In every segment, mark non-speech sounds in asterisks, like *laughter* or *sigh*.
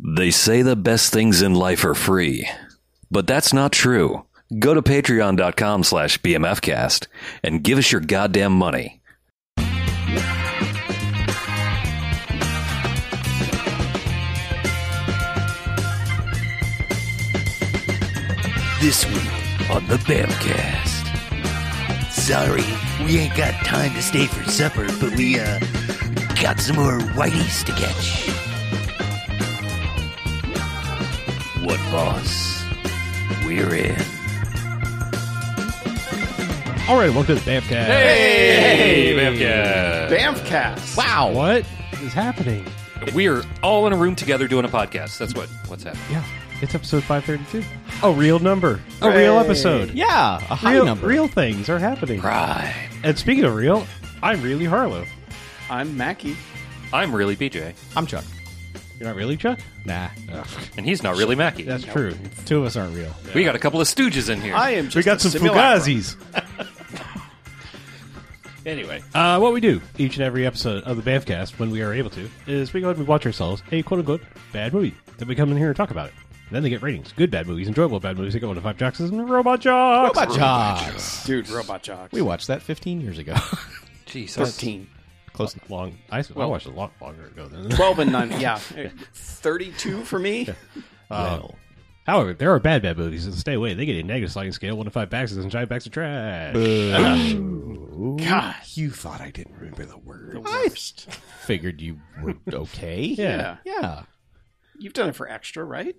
They say the best things in life are free, but that's not true. Go to patreon.com slash bmfcast and give us your goddamn money. This week on the Bamcast. Sorry, we ain't got time to stay for supper, but we, uh, got some more whiteys to catch. What, boss? We're in. All right, welcome to the Bamcast. Hey, Bamcast! Bamfcast. Wow, what is happening? We're all in a room together doing a podcast. That's what what's happening. Yeah, it's episode five thirty-two. A real number, a real episode. Yeah, a high real, number. real things are happening. Right. And speaking of real, I'm really Harlow. I'm Mackie. I'm really BJ, I'm Chuck. You're not really Chuck. Nah, and he's not really Mackie. That's true. two of us aren't real. We got a couple of stooges in here. I am just we a got some simulacrum. *laughs* fugazis. anyway, Uh, what we do each and every episode of the Bamcast, when we are able to, is we go ahead and we watch ourselves a quote-unquote bad movie. Then we come in here and talk about it. Then they get ratings. Good bad movies, enjoyable bad movies. They go into five jocks and robot jocks. Robot Jocks. Dude, Robot Jocks. We watched that 15 years ago. *laughs* jeez, I- 13. Close long. I, I watched it a lot longer ago than that. 12 *laughs* and 9. Yeah. 32 for me. Well. um, However, there are bad, bad movies, and stay away. They get a negative sliding scale, one to five boxes, and giant bags of trash. God. you thought I didn't remember the word. Worst. Figured you were okay. Yeah. *laughs* Yeah. You've done it for extra, right?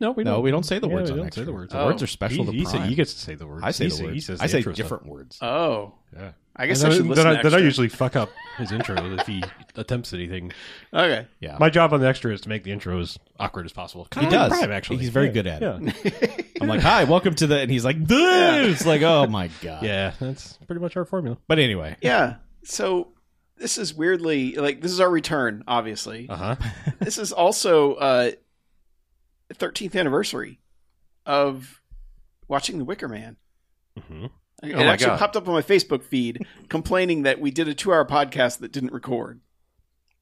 No, we No, we don't say the Yeah, words we on don't extra. say the words. The words Oh. are special he, to he Prime. say- he gets to say the words. I say he the say- words. he says I the say intro different words. Oh. Stuff. I guess And I should then, listen then I, extra. then I usually fuck up his intro if he *laughs* attempts anything. Okay. Yeah. My job on the extra is to make the intro as awkward as possible. Kind he of like does. Prime, actually. He's very Yeah. good at yeah. it. I'm like, hi, welcome to the, and he's like, dude. It's like, oh *laughs* my god. Yeah, that's pretty much our formula. But anyway, Yeah. So this is weirdly, like, this is our return, obviously. Uh huh. *laughs* This is also uh 13th anniversary of watching The Wicker Man. hmm It Oh my actually God. popped up on my Facebook feed *laughs* complaining that we did a two hour podcast that didn't record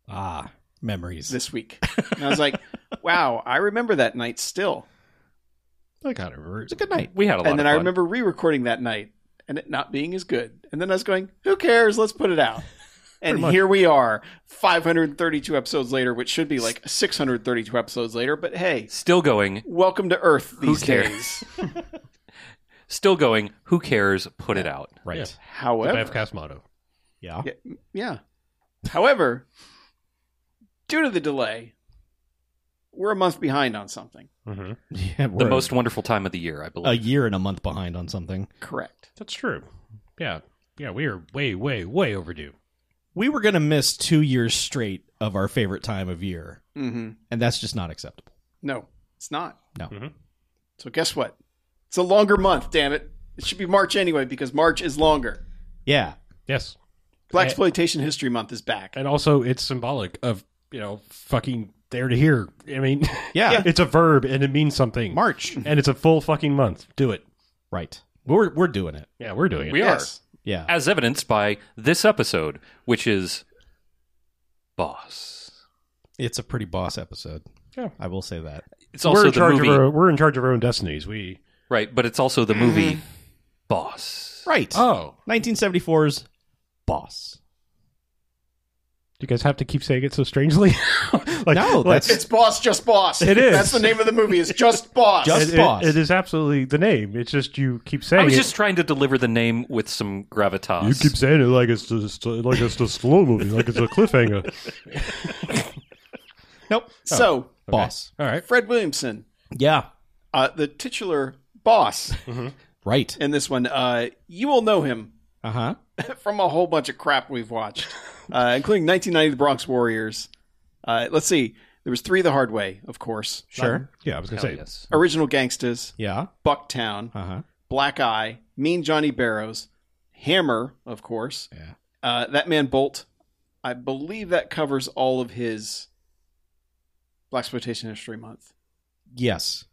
ah, memories. this week. And I *laughs* was like, wow, I remember that night still. I kind of remember. It's a good night. we had a lot. And then of I fun. remember re recording that night and it not being as good. And then I was going, who cares? Let's put *laughs* it out. And Pretty much. here we are, 532 episodes later, which should be like 632 episodes later. But hey, still going, welcome to Earth these cares? *laughs* days. still going. Who cares? Put it out. Right. Yeah. The However, Bavcast motto. Yeah. Yeah. Yeah. However, due to the delay, we're a month behind on something. hmm *laughs* Yeah, The we're most wonderful time of the year, I a Uh, believe. year and a month behind on something. Correct. That's true. Yeah. Yeah, we are way, way, way overdue. We were going to miss two years straight of our favorite time of year, Mm-hmm. and that's just not acceptable. No, it's not. No. Mhm. So guess what? It's a longer month. Damn it! It should be March anyway because March is longer. Yeah. Yes. Black exploitation history month is back. and also it's symbolic of you know fucking there to here i mean *laughs* Yeah. it's a verb and it means something Mm-hmm. March. and it's a full fucking month do it Right. We're we're doing it. yeah we're doing it We Yes. Yeah. are, as evidenced by this episode, which is boss. It's a pretty boss episode. Yeah. I will say that. It's We're also in the charge movie, of our, we're in charge of our own destinies we right? But it's also the *clears throat* movie Boss. Right. oh 1974's Boss. do you guys have to keep saying it so strangely *laughs* like No, like, that's It's boss, just boss. It is. That's the name of the movie. It's just boss. Just- it- it- boss. it is absolutely the name it's just you keep saying I was it just trying to deliver the name with some gravitas. you keep saying it like it's just like it's a slow movie like it's a cliffhanger nope. So Boss. all right Fred Williamson, Yeah. uh, the titular boss Right. in this one, uh, you will know him Uh huh. from a whole bunch of crap we've watched, uh, including 1990 The Bronx Warriors. Uh, let's see. There was three the hard way, of course. Sure. *laughs* yeah i was gonna Hell say yes. Original Gangstas, Yeah. Bucktown, Uh huh. Black Eye, Mean Johnny Barrows, Hammer, of course. Yeah. Uh, that man Bolt. I believe that covers all of his Black Exploitation History Month. Yes.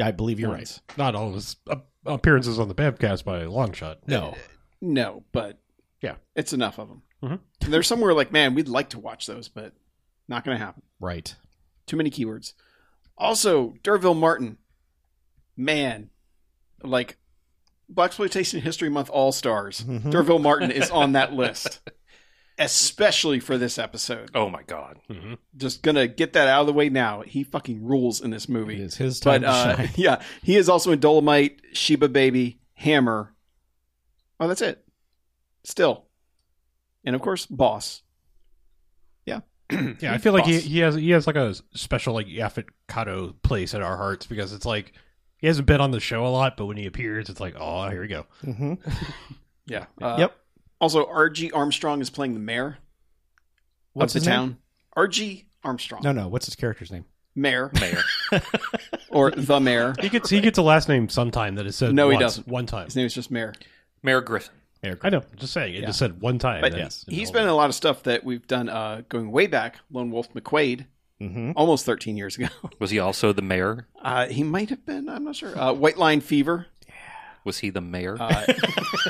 I believe you're right. points. not all of his uh, appearances on the Babcast by a long shot No. No, but Yeah. it's enough of them. Mhm. And there's somewhere like, man, we'd like to watch those, but not going to happen. Right. Too many keywords. Also, Derville Martin, man, like Black Exploitation History Month All Stars. Mm-hmm. *laughs* Derville Martin is on that list, especially for this episode. Oh my god. Just gonna get that out of the way now. He fucking rules in this movie. It is his time But to uh, shine. *laughs* yeah, he is also in Dolomite, Sheba Baby, Hammer. Oh, that's it. Still, and of course, Boss. Yeah, Yeah, I feel like he, Boss. he has he has like a s- special like avocado place in our hearts because it's like he hasn't been on the show a lot, but when he appears, it's like oh here we go. Mhm. yeah. Uh, Yep. Also, R.G. Armstrong is playing the mayor What's of his the name? town. R.G. Armstrong, No, no. What's his character's name? mayor, mayor, *laughs* or the mayor. He gets he gets a last name sometime that is said No, he once- doesn't. one time. His name is just mayor. Mayor Griffin. I know, just saying it Yeah. just said one time. But and he's it's- and all been in that. a lot of stuff that we've done uh, going way back. Lone Wolf McQuade, Mm-hmm. almost 13 years ago. *laughs* Was he also the mayor? Uh, he might have been. I'm not sure. Uh, White Line Fever. Was he the mayor? Uh,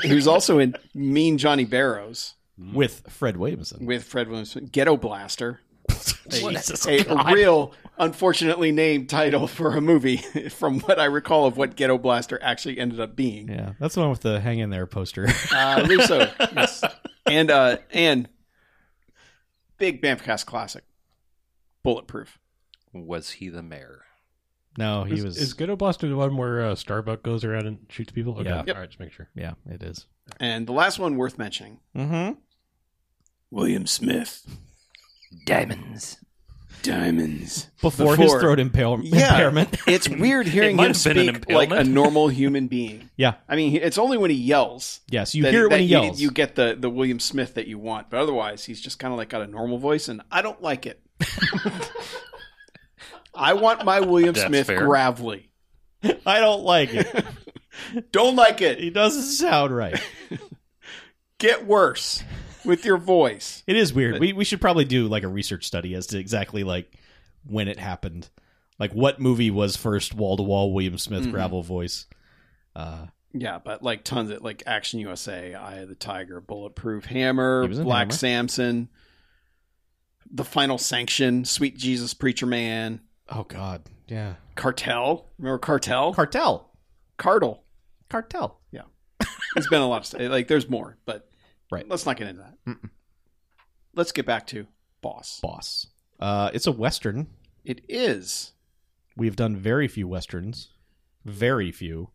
he was also in Mean Johnny Barrows With Fred Williamson. with Fred Williamson. Ghetto *laughs* Blaster. Jesus A real, unfortunately named title for a movie, *laughs* from what I recall of what Ghetto Blaster actually ended up being. Yeah, that's the one with the hang in there poster. *laughs* Uh, Russo. yes. And, uh, and big Bamfcast classic, Bulletproof. was he the mayor? no, Oh, he is, was. is Ghetto Blaster the one where uh, Starbuck goes around and shoots people? Okay, Yeah. all right, just make sure. yeah, it is. And the last one worth mentioning Mm-hmm. William Smith. Diamonds. Diamonds. Before, his Before- throat impale- Yeah. impairment. It's weird hearing might him have been speak an like a impalement. normal human being. *laughs* yeah. I mean, he- it's only when he yells. Yes, you that- hear it when that he yells. You, you get the, the William Smith that you want, but otherwise, he's just kind of like got a normal voice, and I don't like it. I want my William That's Smith fair. gravelly. I don't like *laughs* it. Don't like it. It doesn't sound right. Get worse with your voice. It is weird. We we should probably do like a research study as to exactly like when it happened. Like what movie was first wall to wall William Smith Mhm. gravel voice? Uh, Yeah, but like tons of like Action USA, Eye of the Tiger, Bulletproof Hammer, He was in Black Hammer. Samson, The Final Sanction, Sweet Jesus Preacher Man, oh God, yeah. Cartel. Remember Cartel? Cartel, Cardle. cartel. It's been a lot of stuff. Like, there's more, but Right. let's not get into that. Let's get back to Boss. Boss. Uh, it's a western. It is. *sighs* We've done very few westerns. Very few.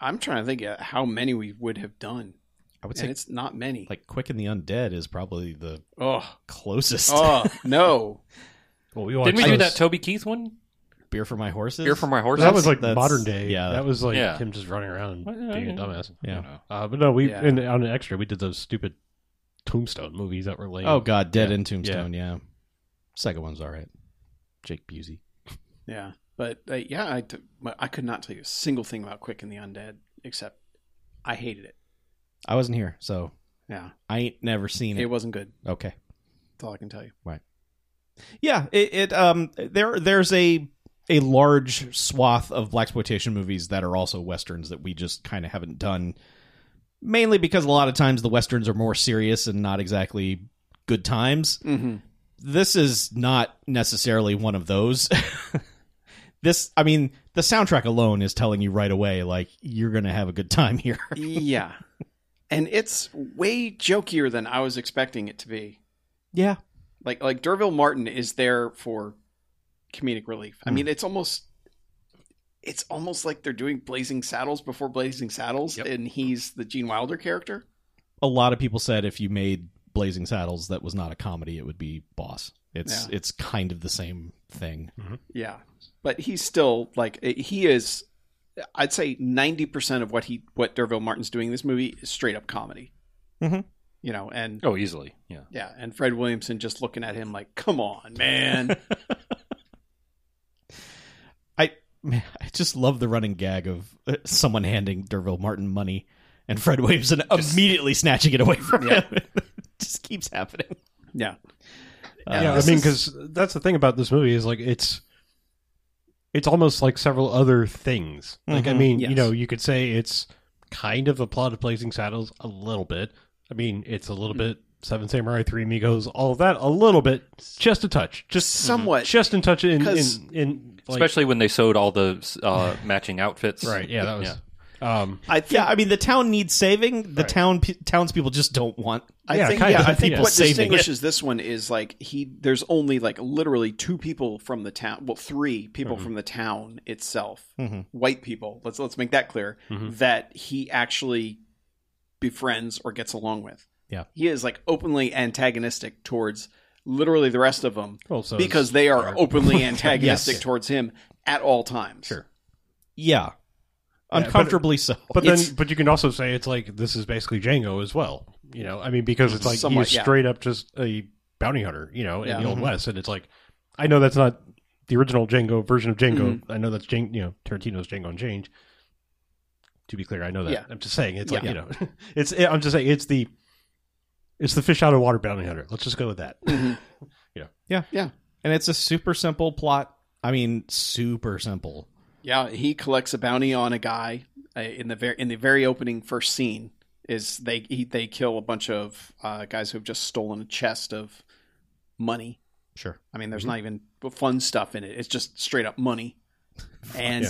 I'm trying to think of how many we would have done, I would and say it's not many. like Quick and the Undead is probably the oh, closest. oh no! Well, we watched Didn't we do those- that Toby Keith one? *laughs* Beer for my horses. Beer for my horses. That was like That's- modern day. yeah. Yeah, that was like Yeah. him just running around Well, yeah, and being a yeah. dumbass. Yeah. uh, but no, we Yeah. and on an extra we did those stupid Tombstone movies that were lame. Oh God, Dead Yeah. in Tombstone. Yeah. Second one's all right. Jake Busey. Yeah, but uh, yeah, I t- but I could not tell you a single thing about Quick and the Undead except I hated it. I wasn't here, so Yeah, I ain't never seen it it. wasn't good. Okay. That's all I can tell you. Yeah, it, it um there there's a a large swath of black exploitation movies that are also westerns that we just kind of haven't done mainly because a lot of times the westerns are more serious and not exactly good times. Mm-hmm. This is not necessarily one of those. *laughs* this I mean, the soundtrack alone is telling you right away like you're going to have a good time *laughs* here. *laughs* yeah, and it's way jokier than I was expecting it to be. yeah. like like Derville Martin is there for comedic relief. I mean, it's almost it's almost like they're doing Blazing Saddles before Blazing Saddles, Yep. and he's the Gene Wilder character. A lot of people said if you made Blazing Saddles that was not a comedy, it would be Boss. It's it's kind of the same thing. Yeah, but he's still like eh, he is. I'd say ninety percent of what he what Derville Martin's doing in this movie is straight up comedy. Mhm. You know, and Oh, easily. Yeah. yeah, and Fred Williamson just looking at him like, "Come on, man." Man, I just love the running gag of uh, someone handing Derville Martin money and Fred Williamson immediately snatching it away from Yeah. him. *laughs* it just keeps happening. yeah, Uh, yeah, I this mean, is- because that's the thing about this movie is like it's it's almost like several other things. Like, I Mhm. mean, Mm-hmm. Yes. you know, you could Mm-hmm. say it's kind of a plot of Blazing Saddles a little bit. I mean, it's a little bit Seven Samurai, Three Amigos, all of that, a little bit, just a touch, just Somewhat. just in touch in Because- in, in like, Especially when they sewed all the uh, matching outfits. right. Yeah, that was. Um, I think, Yeah, I mean the town needs saving. The town pe- townspeople just don't want. I yeah, think, kind yeah, of, I think yeah. what Saving it. distinguishes this one is like he. There's only like literally two people from the town. Well, three people from the town itself. White people. Let's let's make that clear. Mhm. That he actually befriends or gets along with. Yeah. he is like openly antagonistic towards literally the rest of them well, so because they are openly antagonistic towards him at all times. Sure. Yeah, but- uncomfortably so. But then, It's- but you can also say it's like this is basically Django as well. You know, I mean, because it's like Somewhat, he's yeah. straight up just a bounty hunter. You know, in Yeah. the old west, and it's like I know that's not the original Django version of Django. Mm-hmm. I know that's Django, you know Tarantino's Django and Change. To be clear, I know that. Yeah. I'm just saying it's like Yeah. you know, *laughs* it's I'm just saying it's the it's the fish out of water bounty hunter. Let's just go with that. and it's a super simple plot. I mean, super simple. Yeah, he collects a bounty on a guy uh, in the very in the very opening first scene. Is they he, they kill a bunch of uh, guys who have just stolen a chest of money. Sure. I mean, there's Mm-hmm. not even fun stuff in it. It's just straight up money. And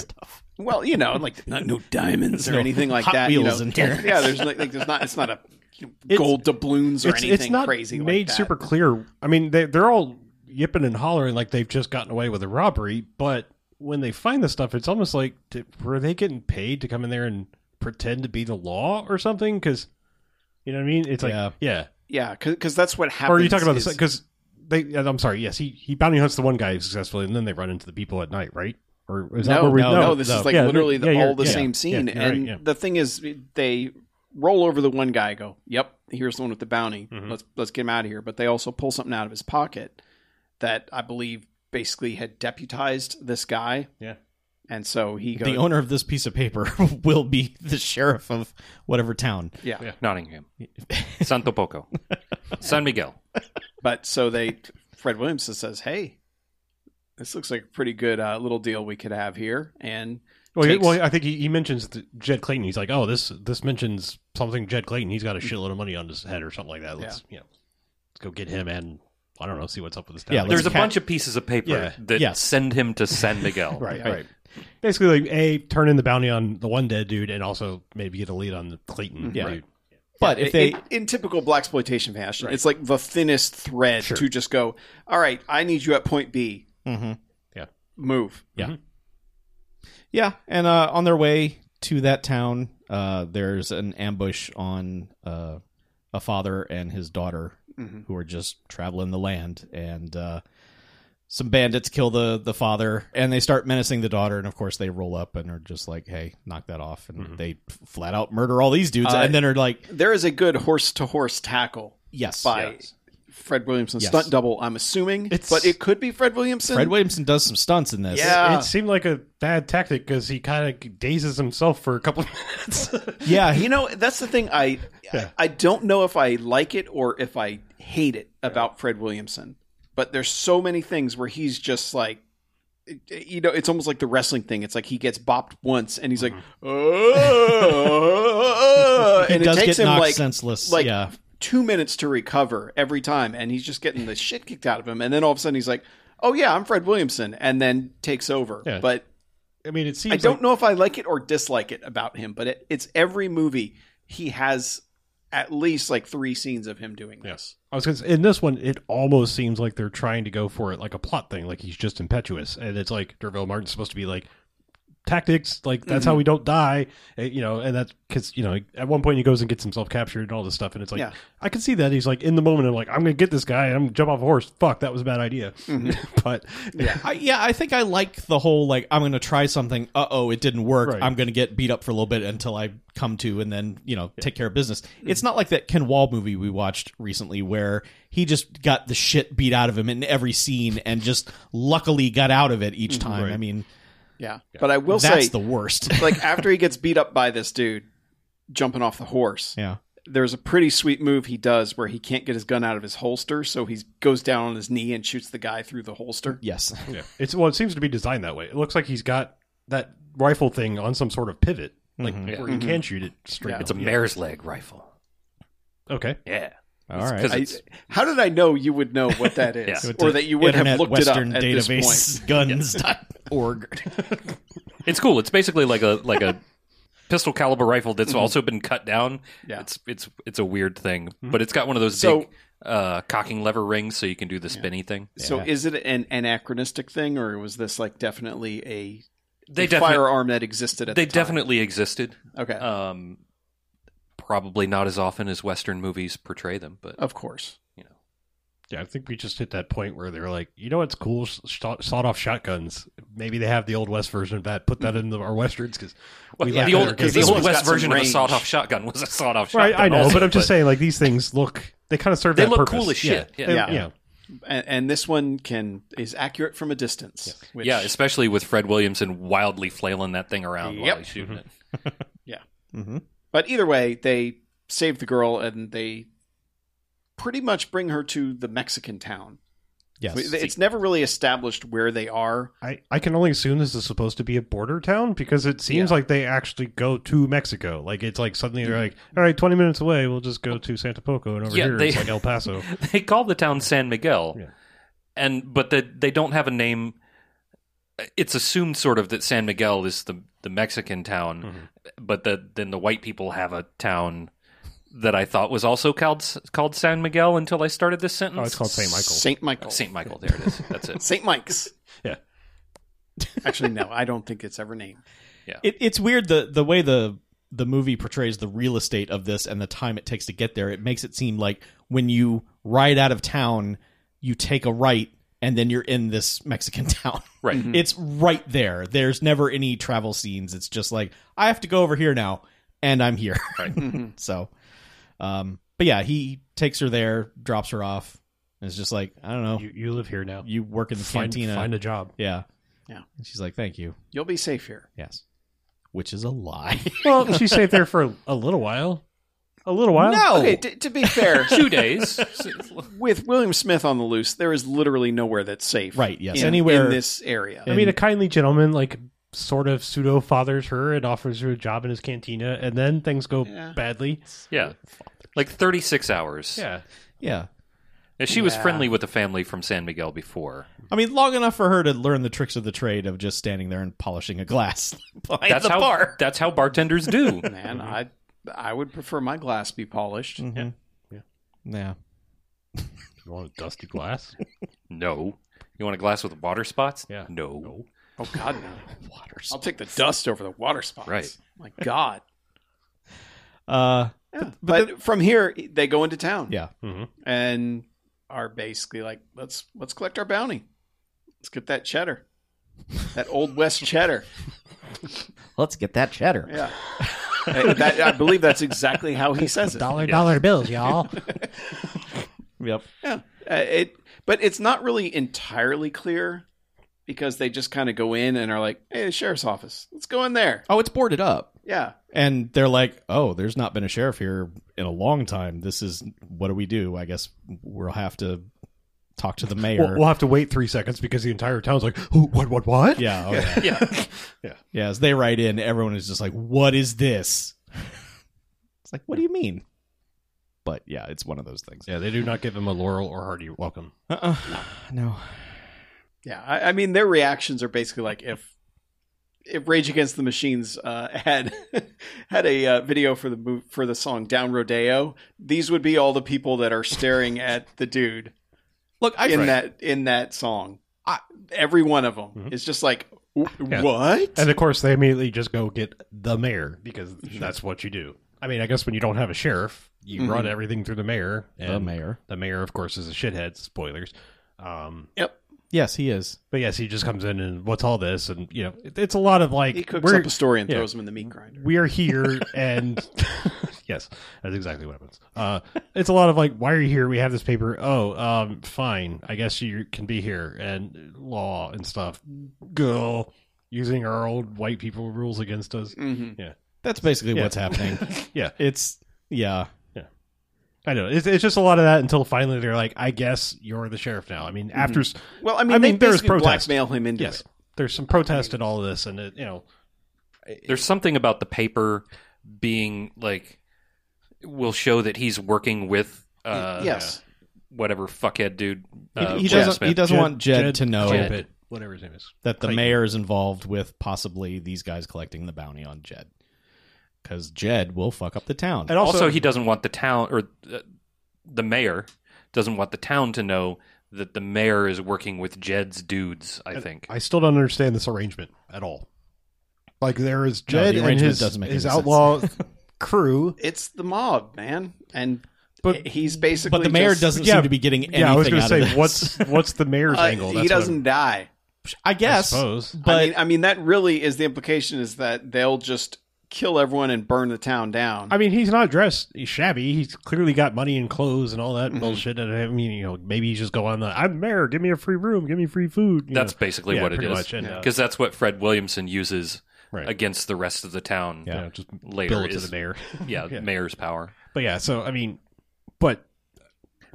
well, you know, like not no diamonds or no anything like Hot that. you Wheels know. in here. *laughs* Yeah, there's like, like there's not it's not a you know, It's- gold doubloons or it's, anything it's not crazy. like made that. super clear. I mean, they they're all yipping and hollering like they've just gotten away with a robbery, but when they find the stuff, it's almost like d were they getting paid to come in there and pretend to be the law or something? Because you know what I mean? It's like Yeah. yeah. Yeah, because that's what happens. Or are you talking about is- this? Because they, I'm sorry. Yes, he he bounty hunts the one guy successfully, and then they run into the people at night, right? Or is that no, where we no, no, This is like Yeah, literally the, yeah, you're- all the yeah, same scene. yeah, you're and right, yeah. the thing is, they roll over the one guy. and Go, yep, here's the one with the bounty. Mm-hmm. Let's let's get him out of here. But they also pull something out of his pocket that I believe basically had deputized this guy. Yeah. and so he goes, The owner of this piece of paper *laughs* will be the sheriff of whatever town. yeah. yeah. *laughs* Nottingham. Santo Poco. San Miguel. But so they, Fred Williams says, hey. This looks like a pretty good uh, little deal we could have here, and Well, takes- he- well, I think he, he mentions the Jed Clayton. He's like, "Oh, this this mentions something Jed Clayton. He's got a shitload of money on his head or something like that. Let's you know, let's go get him and I don't know, see what's up with this town. Yeah, Like, let's There's a cat- bunch of pieces of paper Yeah. that Yes. send him to San *laughs* Miguel. right, right, Basically, like a turn in the bounty on the one dead dude, and also maybe get a lead on the Clayton Yeah. dude. But if they in, in typical black exploitation fashion, it's like the thinnest thread to just go. All right, I need you at point B. Mhm. Move. Yeah, and uh, on their way to that town, uh, there's an ambush on uh, a father and his daughter Mhm. who are just traveling the land, and uh, some bandits kill the the father, and they start menacing the daughter, and of course they roll up and are just like, "Hey, knock that off!" and Mm-hmm. they f- flat out murder all these dudes, Uh, and then are like, There is a good horse to horse tackle "Yes." by Fred Williamson Yes. stunt double. I'm assuming, It's- but it could be Fred Williamson. Fred Williamson does some stunts in this. Yeah. It seemed like a bad tactic because he kind of dazes himself for a couple of *laughs* minutes. yeah, he- you know, that's the thing. I Yeah. I don't know if I like it or if I hate it about Fred Williamson. But there's so many things where he's just like, you know, it's almost like the wrestling thing. It's like he gets bopped once and he's like, oh, Mm-hmm. *laughs* he and does it takes get him knocked like senseless. like yeah, two minutes to recover every time, and he's just getting the shit kicked out of him. And then all of a sudden, he's like, "Oh yeah, I'm Fred Williamson," and then takes over. Yeah. But I mean, it seems I don't like- know if I like it or dislike it about him. But it, it's every movie he has at least like three scenes of him doing this. I was gonna say, in this one, it almost seems like they're trying to go for it like a plot thing, like he's just impetuous, and it's like Derville Martin's supposed to be like tactics, like that's how we don't die, eh, you know, and that's because you know at one point he goes and gets himself captured and all this stuff, and it's like Yeah. I can see that he's like in the moment, I'm like I'm gonna get this guy, and I'm gonna jump off a horse. Fuck, that was a bad idea, *laughs* but yeah, I, yeah, I think I like the whole like I'm going to try something. Uh oh, it didn't work. Right. I'm going to get beat up for a little bit until I come to, and then you know take care of business. It's not like that Ken Wall movie we watched recently where he just got the shit beat out of him in every scene and just luckily got out of it each time. I mean, Yeah. But I will that's say, the *laughs* worst. like after he gets beat up by this dude jumping off the horse, yeah, there's a pretty sweet move he does where he can't get his gun out of his holster, so he goes down on his knee and shoots the guy through the holster. yes, yeah, it's well, it seems to be designed that way. It looks like he's got that rifle thing on some sort of pivot, like where he can shoot it straight. Yeah. up. It's a mare's leg rifle. okay. Yeah. All right. 'cause I, it's- how did I know you would know what that *laughs* is, Yeah. or that you would have Internet looked Western it up at Database *laughs* this point? Guns dot org. It's cool. It's basically like a like a pistol caliber rifle that's also been cut down. Mm-hmm. Yeah. Mm-hmm. It's it's it's a weird thing, but it's got one of those So- big uh, cocking lever rings, so you can do the spinny thing. So, is it an anachronistic thing, or was this like definitely a, They a definitely firearm that existed at they the time? definitely existed. okay, Um, probably not as often as Western movies portray them, but of course. you know. Yeah, I think we just hit that point where they're like, you know what's cool? Sawed off shotguns. Maybe they have the old West version of that. Put that in the, our westerns because Well, we yeah, like the that old, our 'cause this the old one's got West some version of a range. sawed-off shotgun was a sawed-off shotgun. Right, I know, also, but I'm just saying, like these things look they kind of serve. They that look purpose. cool as shit. Yeah. Yeah, They- Yeah. you know, And, and this one can is accurate from a distance. Which, yeah, especially with Fred Williamson wildly flailing that thing around while Yep. he's shooting it. Mm-hmm. But either way, they save the girl and they pretty much bring her to the Mexican town. Yes. We- It's never really established where they are. I I can only assume this is supposed to be a border town because it seems Yeah. like they actually go to Mexico. Like it's like suddenly they're like, all right, twenty minutes away, we'll just go to Santa Poco, and over Yeah, here they- it's like *laughs* El Paso. They call the town San Miguel, Yeah. and but the, they don't have a name. It's assumed sort of that San Miguel is the the Mexican town, but the, then the white people have a town that I thought was also called called San Miguel until I started this sentence. Oh, it's called Saint Michael. Saint Michael. Saint Michael. There it is. That's *laughs* it. Saint *laughs* Mike's. Yeah. Actually, no, I don't think it's ever named. It, it's weird the the way the the movie portrays the real estate of this and the time it takes to get there. It makes it seem like when you ride out of town, you take a right and then you're in this Mexican *laughs* town. Right. It's right there. There's never any travel scenes. It's just like I have to go over here now and I'm here. *laughs* Mm-hmm. so um but yeah, he takes her there, drops her off. And it's just like, I don't know. You, You, you live here now. work in the find, cantina. find a job. yeah. Yeah. And she's like, "Thank you." You'll be safe here. Yes. Which is a lie. Well, *laughs* she stayed there for a, a little while. A little while. No. Okay, t- to be *laughs* fair, Two *laughs* days. with William Smith on the loose, there is literally nowhere that's safe. Right, yes. in- Anywhere- in this area. *laughs* I mean, a kindly gentleman like sort of pseudo fathers her and offers her a job in his cantina, and then things go Yeah. badly. Yeah. Like 36 hours. Yeah, *laughs* Yeah. Now, she was Yeah. friendly with the family from San Miguel before. I mean, long enough for her to learn the tricks of the trade of just standing there and polishing a glass *laughs* behind That's the how bar. that's how bartenders do. Man, I I would prefer my glass be polished. Yeah. Yeah. Mm-hmm. Yeah. you want a dusty glass? no. You want a glass with water spots? Yeah. No. Oh God, no! Waters. I'll take the dust over the water spots. Right. My God. Uh, but from here, they go into town. Yeah. Mhm. and are basically like, let's let's collect our bounty. Let's get that cheddar, that old west cheddar. let's get that cheddar. Yeah, Uh, *laughs* that, I believe that's exactly how he says it. Dollar dollar bills, y'all. *laughs* Yep. Yeah, Uh, it. But it's not really entirely clear because they just kind of go in and are like, hey, the sheriff's office. Let's go in there. Oh, it's boarded up. Yeah, And they're like, oh, there's not been a sheriff here in a long time. This is what do we do? I guess we'll have to talk to the mayor. we'll, we'll have to wait three seconds because the entire town's like, Who, what, what, what? yeah. Oh, yeah. Yeah. Yeah. As they write in, everyone is just like, what is this? *laughs* it's like, what do you mean? But yeah, it's one of those things. Yeah, they do not give him a Laurel or Hardy welcome. Uh-uh. No. yeah. I, I mean, their reactions are basically like if. If Rage Against the Machines uh, *laughs* had had a uh, video for the mov- for the song Down Rodeo, these would be all the people that are staring at the dude Look, I in that in that song. I- Every one of them is just like, "W- Yeah. what? And of course, they immediately just go get the mayor *laughs* because that's what you do. I mean, I guess when you don't have a sheriff, you Mhm. run everything through the mayor. And the mayor. The mayor, of course, is a shithead. Spoilers. Um, yep. Yes, he is. but yes, he just comes in and what's all this? And you know, it, it's a lot of like He cooks we're up a story and yeah. throws them in the meat grinder. we're here *laughs* and yes, that's exactly what happens. Uh, it's a lot of like, why are you here? We have this paper. Oh, um, fine. I guess you can be here and law and stuff. Girl, using our old white people rules against us. Mm-hmm. That's basically Yeah. what's happening. *laughs* Yeah. It's yeah. I know. It's, it's just a lot of that until finally they're like, I guess you're the sheriff now. I mean, Mm-hmm. after s Well, I mean, I they mean, there is basically protest. blackmail him into yes, it. there's some protest in all of this, and it, you know, There's something about the paper being like will show that he's working with uh, yes. whatever fuckhead dude. He, Uh, he Will doesn't. Smith. He doesn't want Jed, to know Jed Pitt, whatever his name is. that the Clayton. mayor is involved with possibly these guys collecting the bounty on Jed, because Jed will fuck up the town. And also, he doesn't want the town or uh, the mayor doesn't want the town to know that the mayor is working with Jed's dudes. I think I still don't understand this arrangement at all. Like there is No, the Jed and arrangement his, doesn't make his any sense. *laughs* outlaw crew. It's the mob, man. And But- he's basically But the mayor just- doesn't Yeah, seem to be getting anything yeah, I was out going to of say this. what's what's the mayor's uh, angle? he doesn't die. I guess, I suppose. but I mean, I mean, that really is the implication is that they'll just kill everyone and burn the town down. I mean, he's not dressed shabby. He's clearly got money and clothes and all that Mm-hmm. bullshit. And I mean, you know, maybe he's just go on the I'm mayor. Give me a free room. Give me free food. you that's know. basically Yeah, what it pretty much, is. and, uh, Because that's what Fred Williamson uses Right. against the rest of the town yeah, just later. bill it to is- the mayor. yeah, Yeah. mayor's power. But yeah, so I mean, but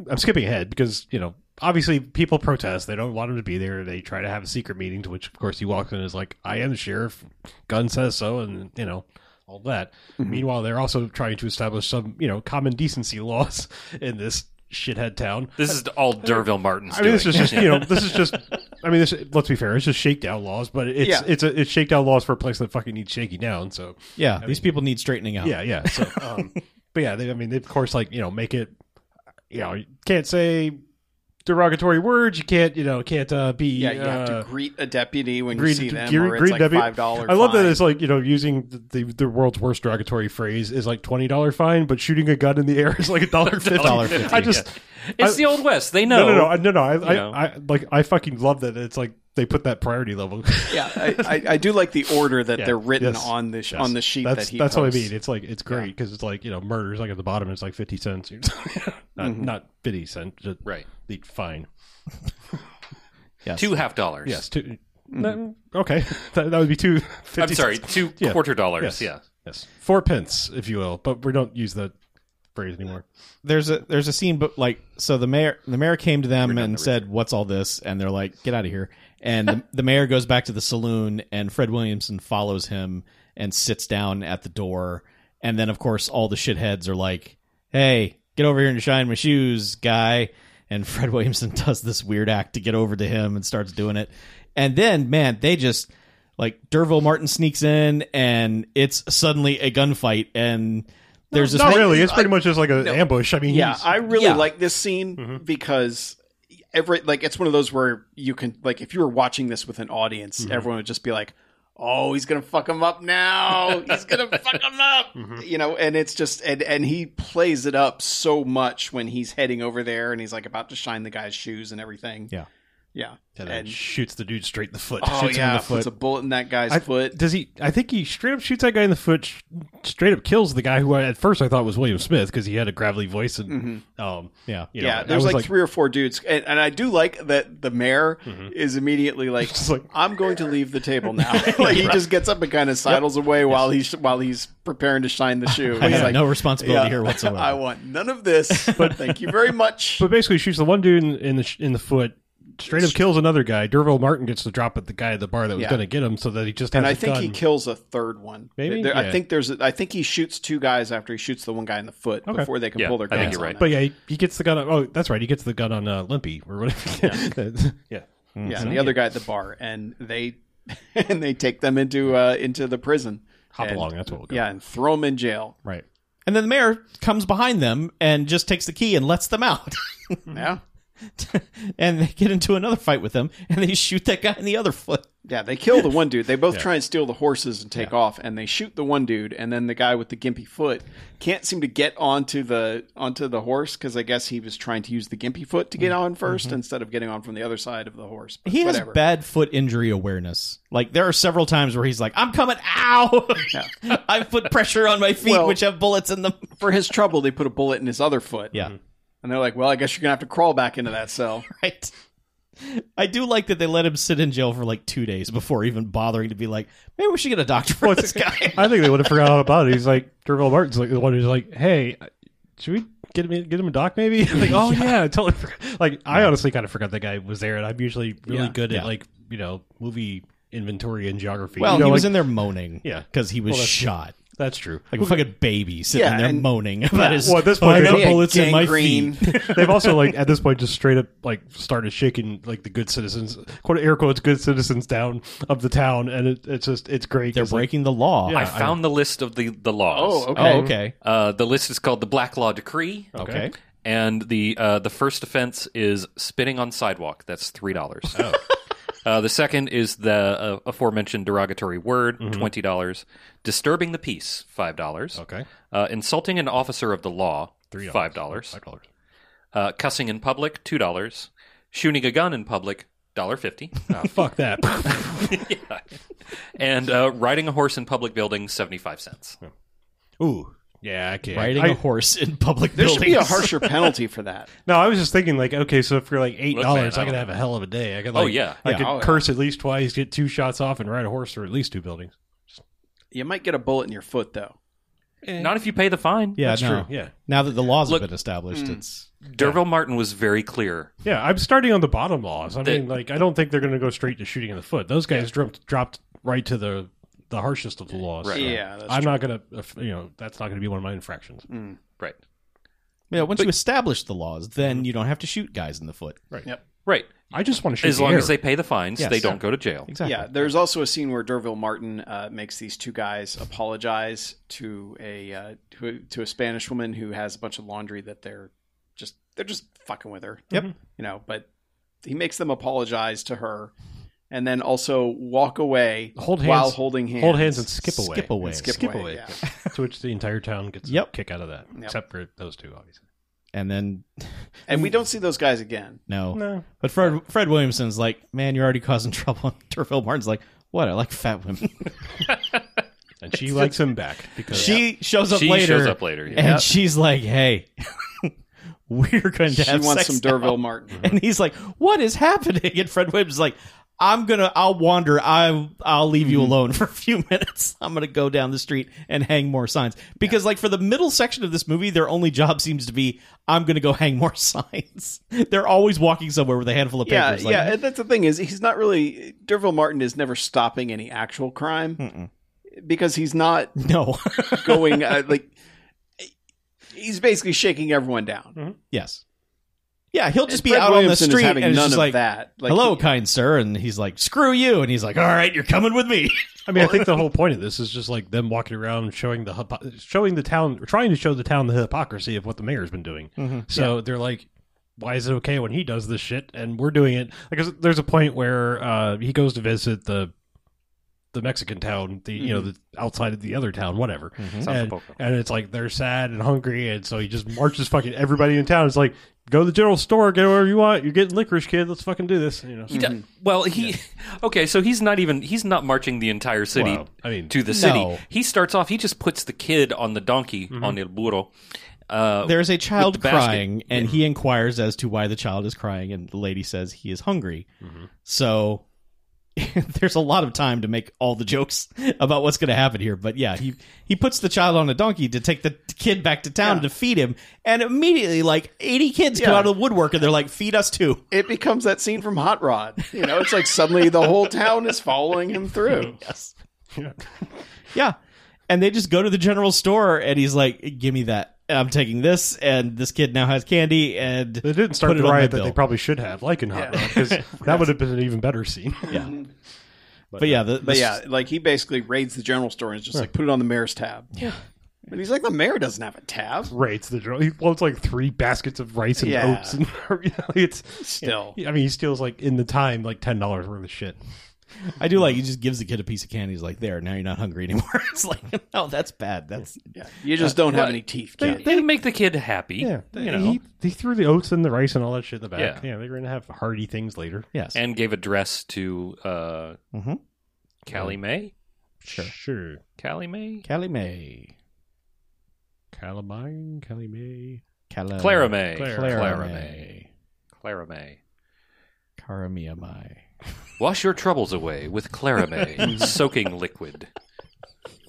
I'm skipping ahead because you know, obviously people protest. They don't want him to be there. They try to have a secret meeting, to which of course he walks in and is like, "I am the sheriff." Gun says so, and you know. All that. Meanwhile, they're also trying to establish some, you know, common decency *laughs* laws in this shithead town. This is all Derville Martin's I mean, this doing. is just you know, this is just. I mean, this. Let's be fair. It's just shakedown laws, but it's Yeah. it's a, it's shakedown laws for a place that fucking needs shaking down. So yeah, these people need straightening out. yeah, yeah. *laughs* So, um, but yeah, they, I mean, they, of course, like you know, make it. You know, you can't say derogatory words. You can't, you know, can't uh, be. yeah, you have uh, to greet a deputy when greet- you see them, greet- or it's greet like deputy- five dollars. I love that it's like you know using the, the the world's worst derogatory phrase is like twenty dollar fine, but shooting a gun in the air is *laughs* like a dollar fifty. $1.50, I just it's I- the old west. They know. no no no I- no no. I, I, know. I like I fucking love that. It's like they put that priority level. *laughs* Yeah, I, I, I do like the order that Yeah, they're written yes, on the sh- Yes. on the sheet that's, that he. That's what I posts. mean. It's like it's great because it's like you know murders like at the bottom it's like fifty cents, *laughs* not Mm-hmm. not fifty cents, just Right. The fine. Two half dollars. Yes, 2 Mm-hmm. that- okay, *laughs* that, that would be two. 50 I'm sorry, cents. two Yeah. quarter dollars. Yes. Yeah. yes, four pence, if you will, but we don't use that phrase anymore. there's a there's a scene but like so the mayor the mayor came to them and said what's all this and they're like get out of here and the, the mayor goes back to the saloon and fred williamson follows him and sits down at the door and then of course all the shitheads are like hey get over here and shine my shoes guy and *laughs* fred williamson does this weird act to get over to him and starts doing it and then man they just like Derville Martin sneaks in and it's suddenly a gunfight and there's this Not really. It's pretty much just like an ambush. I mean, Yeah, he's- I really yeah. like this scene Mm-hmm. because every like it's one of those where you can like if you were watching this with an audience, Mm-hmm. everyone would just be like, "Oh, he's gonna fuck him *laughs* up now. He's gonna fuck him up." Mm-hmm. You know, and it's just and and he plays it up so much when he's heading over there and he's like about to shine the guy's shoes and everything. Yeah. yeah, and then and shoots the dude straight in the foot. oh shoots him in yeah, the foot. puts a bullet in that guy's I- foot. Does he? I think he straight up shoots that guy in the foot. sh- Straight up kills the guy who I, at first I thought was William Smith because he had a gravelly voice and um you Yeah. know, Mm-hmm. yeah, I there's was like, three or four dudes, and, and I do like that the mayor is immediately like, Just like- "I'm going to leave the table now." like he just gets up and kind of sidles away while he's while he's preparing to shine the shoe. I He's have like, no responsibility here *laughs* whatsoever. I *laughs* want none of this, but thank you *laughs* very much. But basically, shoots the one dude in, in the sh- in the foot. Straight up kills another guy. Derville Martin gets to drop at the guy at the bar that was Yeah. going to get him, so that he just has and I a think gun. he kills a third one. Maybe? There- Yeah. I think there's. A, I think he shoots two guys after he shoots the one guy in the foot Okay. before they can Yeah, pull their I guns. think you're on right. him. but yeah, he, he gets the gun. On, oh, that's right, he gets the gun on uh, Limpy or *laughs* whatever. Yeah, yeah, and the other guy at the bar, and they *laughs* and they take them into uh, into the prison. hop And- along. That's what we'll go. Yeah, and throw them in jail. right. And then the mayor comes behind them and just takes the key and lets them out. *laughs* Yeah. and they get into another fight with them and they shoot that guy in the other foot. Yeah, they kill the one dude. They both try and steal the horses and take off, and they shoot the one dude, and then the guy with the gimpy foot can't seem to get onto the onto the horse because I guess he was trying to use the gimpy foot to get on 1st instead of getting on from the other side of the horse. But Mm-hmm. He has whatever. bad foot injury awareness. Like there are several times where he's like, "I'm coming, ow! *laughs* I put pressure on my feet, Well- which have bullets in them." *laughs* For his trouble, they put a bullet in his other foot. Yeah, and they're like, "Well, I guess you're gonna have to crawl back into that cell." *laughs* right. I do like that they let him sit in jail for like two days before even bothering to be like, maybe we should get a doctor for *laughs* this guy. I think they would have forgot all about it. He's like Derville Martin's like the one who's like, "Hey, should we get him get him a doc maybe?" *laughs* like, oh yeah, I totally. Forgot. Like, I honestly kind of forgot that guy was there, and I'm usually really Yeah. good Yeah. at like you know movie inventory and geography. well, you know, he was like- in there moaning, Yeah. because he was Well, that's- shot. That's true. Like a fucking baby sitting Yeah, there and- moaning about his. Well, at this point, *laughs* I they've, got Yeah, bullets in my gangrene. *laughs* they've also like at this point just straight up like started shaking like the good citizens, quote air quotes, good citizens down of the town, and it, it's just it's great. They're 'cause, like, breaking the law. I found the list of the the laws. Oh, okay. Oh, okay. Uh, the list is called the Black Law Decree. Oh. Okay. And the uh, the first offense is spitting on sidewalk. That's three dollars. Oh. *laughs* Uh, the second is the uh, aforementioned derogatory word, Mm-hmm. twenty dollars. Disturbing the peace, five dollars. okay, Uh, insulting an officer of the law, $3. five dollars. five dollars. Uh, cussing in public, two dollars. Shooting a gun in public, dollar *laughs* fifty. Fuck that. *laughs* yeah. And uh, riding a horse in public buildings, seventy-five cents. Ooh, yeah, I can't. Riding I- a horse in public There should be a buildings. *laughs* harsher penalty for that. No, I was just thinking like, okay, so if you're like eight man, dollars, I I could don't have a hell of a day. I could Oh, like, yeah. I Yeah. could Oh, yeah. curse at least twice, get two shots off, and ride a horse through at least two buildings. You might get a bullet in your foot though. Not if you pay the fine. yeah, That's no. true. Yeah, Now that the laws Look- have been established, mm. it's Derville Martin was very clear. yeah. I'm starting on the bottom laws. I The- mean, like, I don't think they're going to go straight to shooting in the foot. Those guys dropped dropped right to the the harshest of the laws. Right. so Yeah, that's Mm. I'm not gonna, uh, you know, that's not gonna be one of my infractions. Right. yeah. Once you establish the laws, then you don't have to shoot guys in the foot. Right. I just want to shoot. As the long air. as they pay the fines, Yes. they don't go to jail. Exactly. Yeah, there's also a scene where Derville Martin uh, makes these two guys apologize to a uh, to, a- to a Spanish woman who has a bunch of laundry that they're just they're just fucking with her. Mm-hmm. Yep. You know, but he makes them apologize to her, and then also walk away Hold hands- while holding hands. hold hands and skip away. Skip away. Skip Skip away, away. yeah. *laughs* to which the entire town gets Yep. a kick out of that, Yep. except for those two, obviously. And then and we don't see those guys again. no. No. But Fred Fred Williamson's like, man, you're already causing *laughs* trouble. And Terrell Martin's like, what? I like fat *laughs* women. And she likes him back because she shows up She later. shows up later. and she's like, hey, *laughs* we're going to She have wants sex some now. Derville *laughs* Martin. And he's like, what is happening? And Fred Williamson's like, I'm gonna. I'll wander. I I'll leave Mm-hmm. you alone for a few *laughs* minutes. I'm gonna go down the street and hang more signs because, like, for the middle section of this movie, their only job seems to be, I'm gonna go hang more *laughs* signs. They're always walking somewhere with a handful of Yeah, papers. like, yeah. and That's the thing is he's not really Derville Martin is never stopping any actual crime because he's not *laughs* No. going uh, like he's basically shaking everyone down. yes. Yeah, he'll just And be Fred out Williamson on is the street having and it's none just of like, that. Like, "Hello, he- kind sir," and he's like, "Screw you," and he's like, "All right, you're coming with me." I mean, I think the whole point of this is just like them walking around showing the hypo- showing the town, trying to show the town the hypocrisy of what the mayor's been doing. So they're like, "Why is it okay when he does this shit and we're doing it?" Because there's a point where uh, he goes to visit the the Mexican town, the you know the outside of the other town, whatever, and, and it's like they're sad and hungry, and so he just marches fucking everybody in town. It's like. Go to the general store, get whatever you want. You're getting licorice, kid. Let's fucking do this. You know, He do- well, he *laughs* okay. So he's not even he's not marching the entire city. Well, I mean- to the city. No. He starts off. He just puts the kid on the donkey on el burro. Uh, There's a child With the basket. crying, and he inquires as to why the child is crying, and the lady says he is hungry. So *laughs* there's a lot of time to make all the jokes *laughs* about what's going to happen here. But yeah, he he puts the child on a donkey to take the kid back to town to feed him, and immediately like 80 kids come Yeah. out of the woodwork and they're like, "Feed us too." It becomes that scene from Hot Rod. You know, it's like suddenly the whole town is following him *laughs* through. Yes. yeah. And they just go to the general store, and he's like, "Give me that. I'm taking this." And this kid now has candy, and They didn't start put it the on my riot that they bill. probably should have, like in Hot Rod, *laughs* because that would have been an even better scene. *laughs* But yeah, the, But yeah, like he basically raids the general store and is just like put it on the mayor's tab. Yeah. And he's like, the mayor doesn't have a tab. Rates the drill. He loads like three baskets of rice and Yeah. oats, and *laughs* it's. Still, I mean, he steals like in the time like ten dollars worth of shit. I do like he just gives the kid a piece of candy. He's like, "There, now you're not hungry anymore." *laughs* it's like, no, that's bad. That's yeah, you just don't have any teeth. *laughs* kid. they make the kid happy. Yeah, you know, he, he threw the oats and the rice and all that shit in the back. Yeah. Yeah, they're gonna have hearty things later. yes. and gave a dress to uh, Mhm. Callie May. Sure, sure. Callie May. Callie May, Calamine, Calamay. Cala- Clara May. Clara. Clara May. May, Clara May. Caramia May. Wash your troubles away with Clara May soaking liquid. *laughs*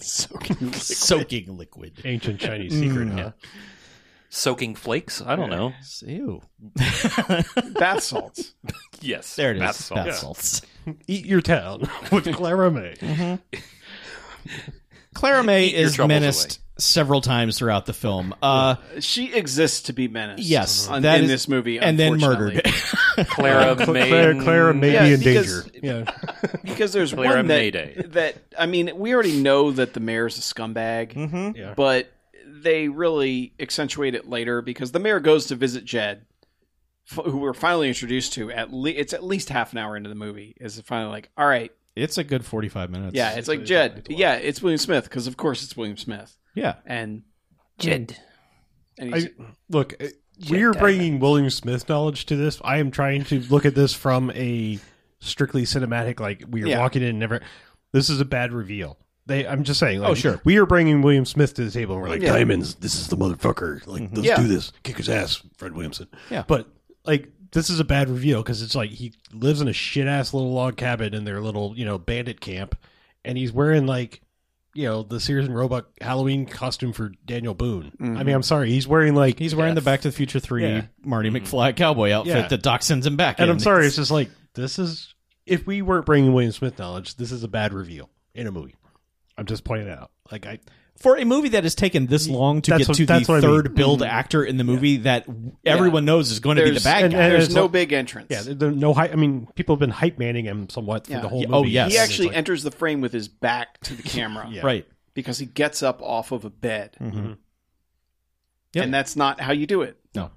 Soaking liquid. Ancient Chinese secret, huh? Soaking flakes? I don't know. *laughs* Ew. Bath salts. Yes. There it is. bath Bath salt. salts. *laughs* Eat your town with Clara May. *laughs* Clara May Eat your is troubles menaced several times throughout the film. Uh, She exists to be menaced. Yes, on- that in is- this movie, and then unfortunately. *laughs* murdered. Clara May. Clara, Clara may Yeah, be in because- danger. Yeah. because there's Clara one that, Mayday. *laughs* that I mean, we already know that the mayor's a scumbag, Mhm. Yeah. but they really accentuate it later because the mayor goes to visit Jed, f- who we're finally introduced to. At le- it's at least half an hour into the movie is it finally like, all right, It's a good forty-five minutes. yeah, it's like Jed, yeah, it's William Smith because of course it's William Smith yeah. and Jed. and he's, I, look, uh, we're bringing William Smith knowledge to this. I am trying to look at this from a strictly cinematic, like we are Yeah. walking in. and Never, this is a bad reveal. They, I'm just saying. Like, Oh, sure. we are bringing William Smith to the table. And we're like, Yeah. diamonds. This is the motherfucker. Like, Mm-hmm. let's Yeah. do this. Kick his ass, Fred Williamson. Yeah. but like. This is a bad reveal because it's like he lives in a shit ass little log cabin in their little, you know, bandit camp, and he's wearing like, you know, the Sears and Roebuck Halloween costume for Daniel Boone. I mean, I'm sorry, he's wearing like Mm-hmm. He's wearing the Back to the Future Three Yeah. Marty McFly cowboy outfit Yeah. that Doc sends him back. And in. I'm sorry, it's just like this is if we weren't bringing William Smith knowledge, this is a bad reveal in a movie. I'm just pointing it out. Like I, for a movie that has taken this long to That's get what- to the that's what I mean. third build actor in the movie that everyone knows is going to be the Mm-hmm. There's- bad and- guy. and- there's it's no like- big entrance. yeah, there, there- no hype. I mean, people have been hype manning him somewhat through Yeah. the whole Yeah, movie. oh, yes. he And it's actually like, enters the frame with his back to the camera Yeah. Mm. Right. because he gets up off of a bed, Mm-hmm. Yep. and that's not how you do it. No.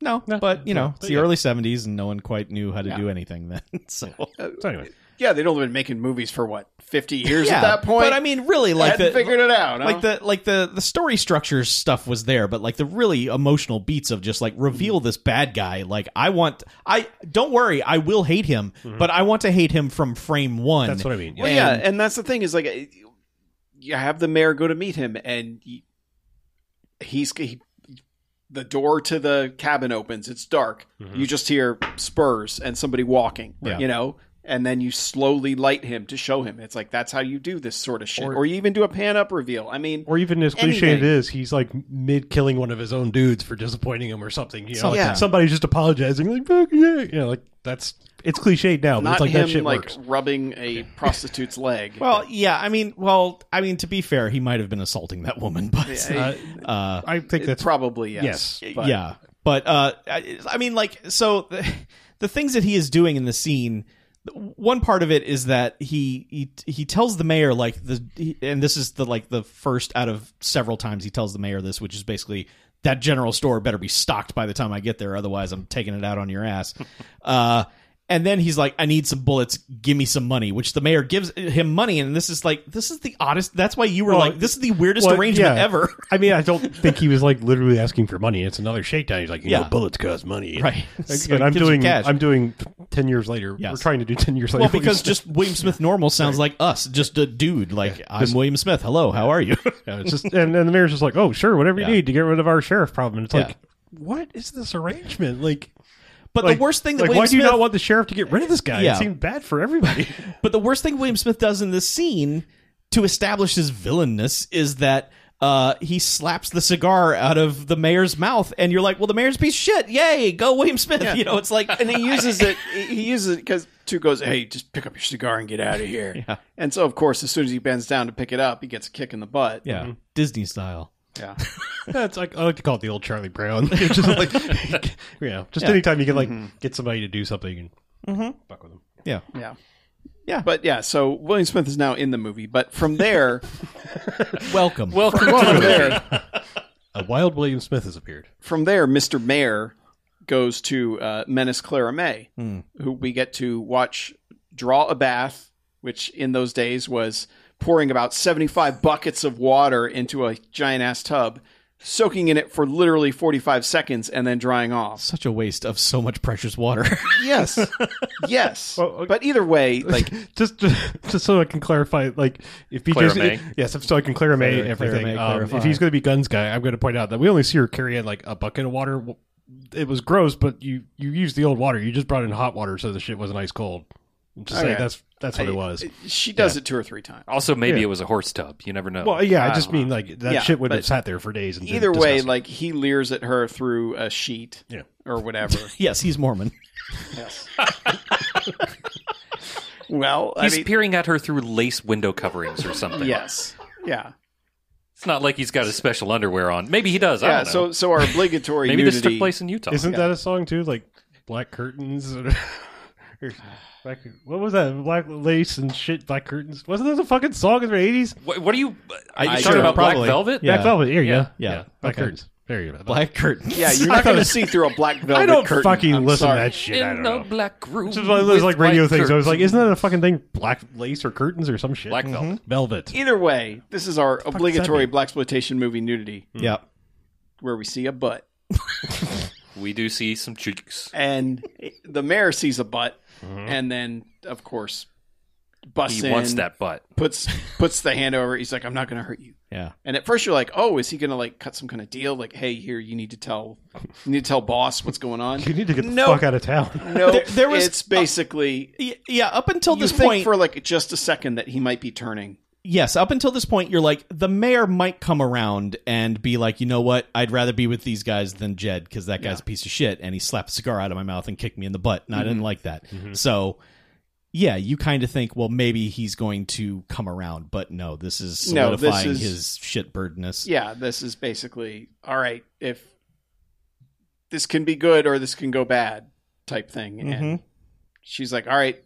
No, No, but you no, know, it's but the yeah. early '70s, and no one quite knew how to Yeah. do anything then. *laughs* So so anyway, Yeah, they'd only been making movies for what fifty years yeah, at that point. but I mean, really, like hadn't the figured it out. like huh? the like the the story structure stuff was there, but like the really emotional beats of just like Mm-hmm. reveal this bad guy. Like I want, I don't worry, I will hate him, Mm-hmm. but I want to hate him from frame one. that's what I mean. Yeah. well, yeah, and that's the thing is like I- you have the mayor go to meet him, and y- he's he, the door to the cabin opens. It's dark. You just hear spurs and somebody walking. Yeah. You know. And then you slowly light him to show him. It's like that's how you do this sort of shit, or, Or- you even do a pan up reveal. I mean, Or even as cliche Anything. it is, he's like mid killing one of his own dudes for disappointing him or something. You know, Something. like, somebody's just apologizing, like fuck yeah, you know, like that's it's cliched now, but not it's like him that shit like works. rubbing a prostitute's leg. *laughs* Well, yeah, I mean, well, I mean, to be fair, he might have been assaulting that woman, *laughs* but Yeah, Uh, uh, I think that's probably yes. Yes. but- yeah, but uh, I, I mean, like, so the, *laughs* the things that he is doing in the scene. One part of it is that he he, he tells the mayor like the he, and this is the like the first out of several times he tells the mayor this, which is basically that general store better be stocked by the time I get there, otherwise I'm taking it out on *laughs* your ass. uh, and then he's like, I need some bullets. Give me some money, which the mayor gives him money. And this is like, this is the oddest. That's why you were Well, like, this is the weirdest well, arrangement yeah. ever. *laughs* I mean, I don't think he was like literally asking for money. It's another shakedown. He's like, you Yeah. know, bullets cost money. Right. Like, So and he I'm gives you doing. cash. I'm doing. Ten years later, we're Yes. trying to do ten years later. *laughs* Well, because just William Smith normal sounds like us, just a dude. Like I'm William Smith. Hello, how are you? *laughs* Yeah, it's just and, and the mayor's just like, oh, sure, whatever Yeah. you need to get rid of our sheriff problem. And it's Yeah. like, what is this arrangement? Like, But like- the worst thing that like, William why do Smith, you not want the sheriff to get rid of this guy? Yeah. It seemed bad for everybody. *laughs* *laughs* but the worst thing William Smith does in this scene to establish his villainness is that. Uh, he slaps the cigar out of the mayor's mouth, and you're like, "Well, the mayor's a piece of shit. Yay, go William Smith." *laughs* You know, it's like, and he uses it. He uses it because two goes, "Hey, just pick up your cigar and get out of here." Yeah. And so, of course, as soon as he bends down to pick it up, he gets a kick in the butt. *laughs* yeah, Mm-hmm. Disney style. Yeah. That's like I like to call it the old Charlie Brown. *laughs* It's *laughs* just like, you know, just anytime you can Mm-hmm. like get somebody to do something and fuck with them. Yeah, Yeah. Yeah. But yeah, so William Smith is now in the movie, but from there, welcome. Welcome to from there, A wild William Smith has appeared. from there, Mr. Mayor goes to uh, menace Clara May, Hmm. who we get to watch draw a bath, which in those days was pouring about 75 buckets of water into a giant ass tub, soaking in it for literally 45 seconds, and then drying off. such a waste of so much precious water. *laughs* *laughs* Yes. yes. Well, okay. But either *laughs* way, like, just just so I can clarify, like if Clara BJ's May. yes, so I can clarify Clara- everything. Clara May, Um, clarify. if he's going to be guns guy, I'm going to point out that we only see her carrying like a bucket of water. It was gross, but you you used the old water. You just brought in hot water, so the shit wasn't ice cold. I'm just Okay. saying that's that's what it was. uh, she does it two or three times. Also, maybe Yeah. it was a horse tub. You never know. well, yeah, I just don't know. mean like that Yeah, shit would but have sat there for days. And been Either way, disgusting. like, he leers at her through a sheet Yeah. *laughs* or whatever. yes, he's Mormon. yes. Well, I He's mean, peering at her through lace window coverings or something. yes, yeah, It's not like he's got his special underwear on. Maybe he does. I yeah. don't know. So, so our obligatory Maybe nudity. this took place in Utah. Isn't that a song too? Like black curtains. Or, *laughs* or black, what was that? Black lace and shit. Black curtains. Wasn't that a fucking song in the eighties? What, what are you? I- you sure, talking about probably. Black Velvet? Yeah. Black velvet. Here you go. Yeah. Black Okay. curtains. There you go. Black curtain. Yeah, *laughs* you're not going to see through a black *laughs* velvet I don't curtain. fucking I'm listen sorry. to that shit. I don't In the know. black room. It's just one of those with like radio white things. I was like, curtains. Mm-hmm. isn't that a fucking thing? Black lace or curtains or some shit? Black Velvet. velvet. Either way, this is our obligatory mean? black exploitation movie nudity, Hmm. Yeah. where we see a butt, We do see some cheeks. and the mayor sees a butt, Mm-hmm. and then of course, busts He in, wants that butt. puts puts the hand over. He's like, "I'm not going to hurt you." Yeah. And at first, you're like, "Oh, is he going to like cut some kind of deal? Like, hey, here, you need to tell, you need to tell boss what's going *laughs* on." You need to get the No. fuck out *laughs* of town. No, There- there was- it's basically Y- Yeah. Up until you this think point, for like just a second that he might be turning. yes. Up until this point, you're like the mayor might come around and be like, you know what? I'd rather be with these guys than Jed because that guy's a piece of shit, and he slapped a cigar out of my mouth and kicked me in the butt, and I Mm-hmm. didn't like that. So. Yeah, you kind of think, well, maybe he's going to come around, but no, this is No, this solidifying is- his shit birdness. Yeah, this is basically all right. If this can be good or this can go bad, type thing. Mm-hmm. And she's like, "All right,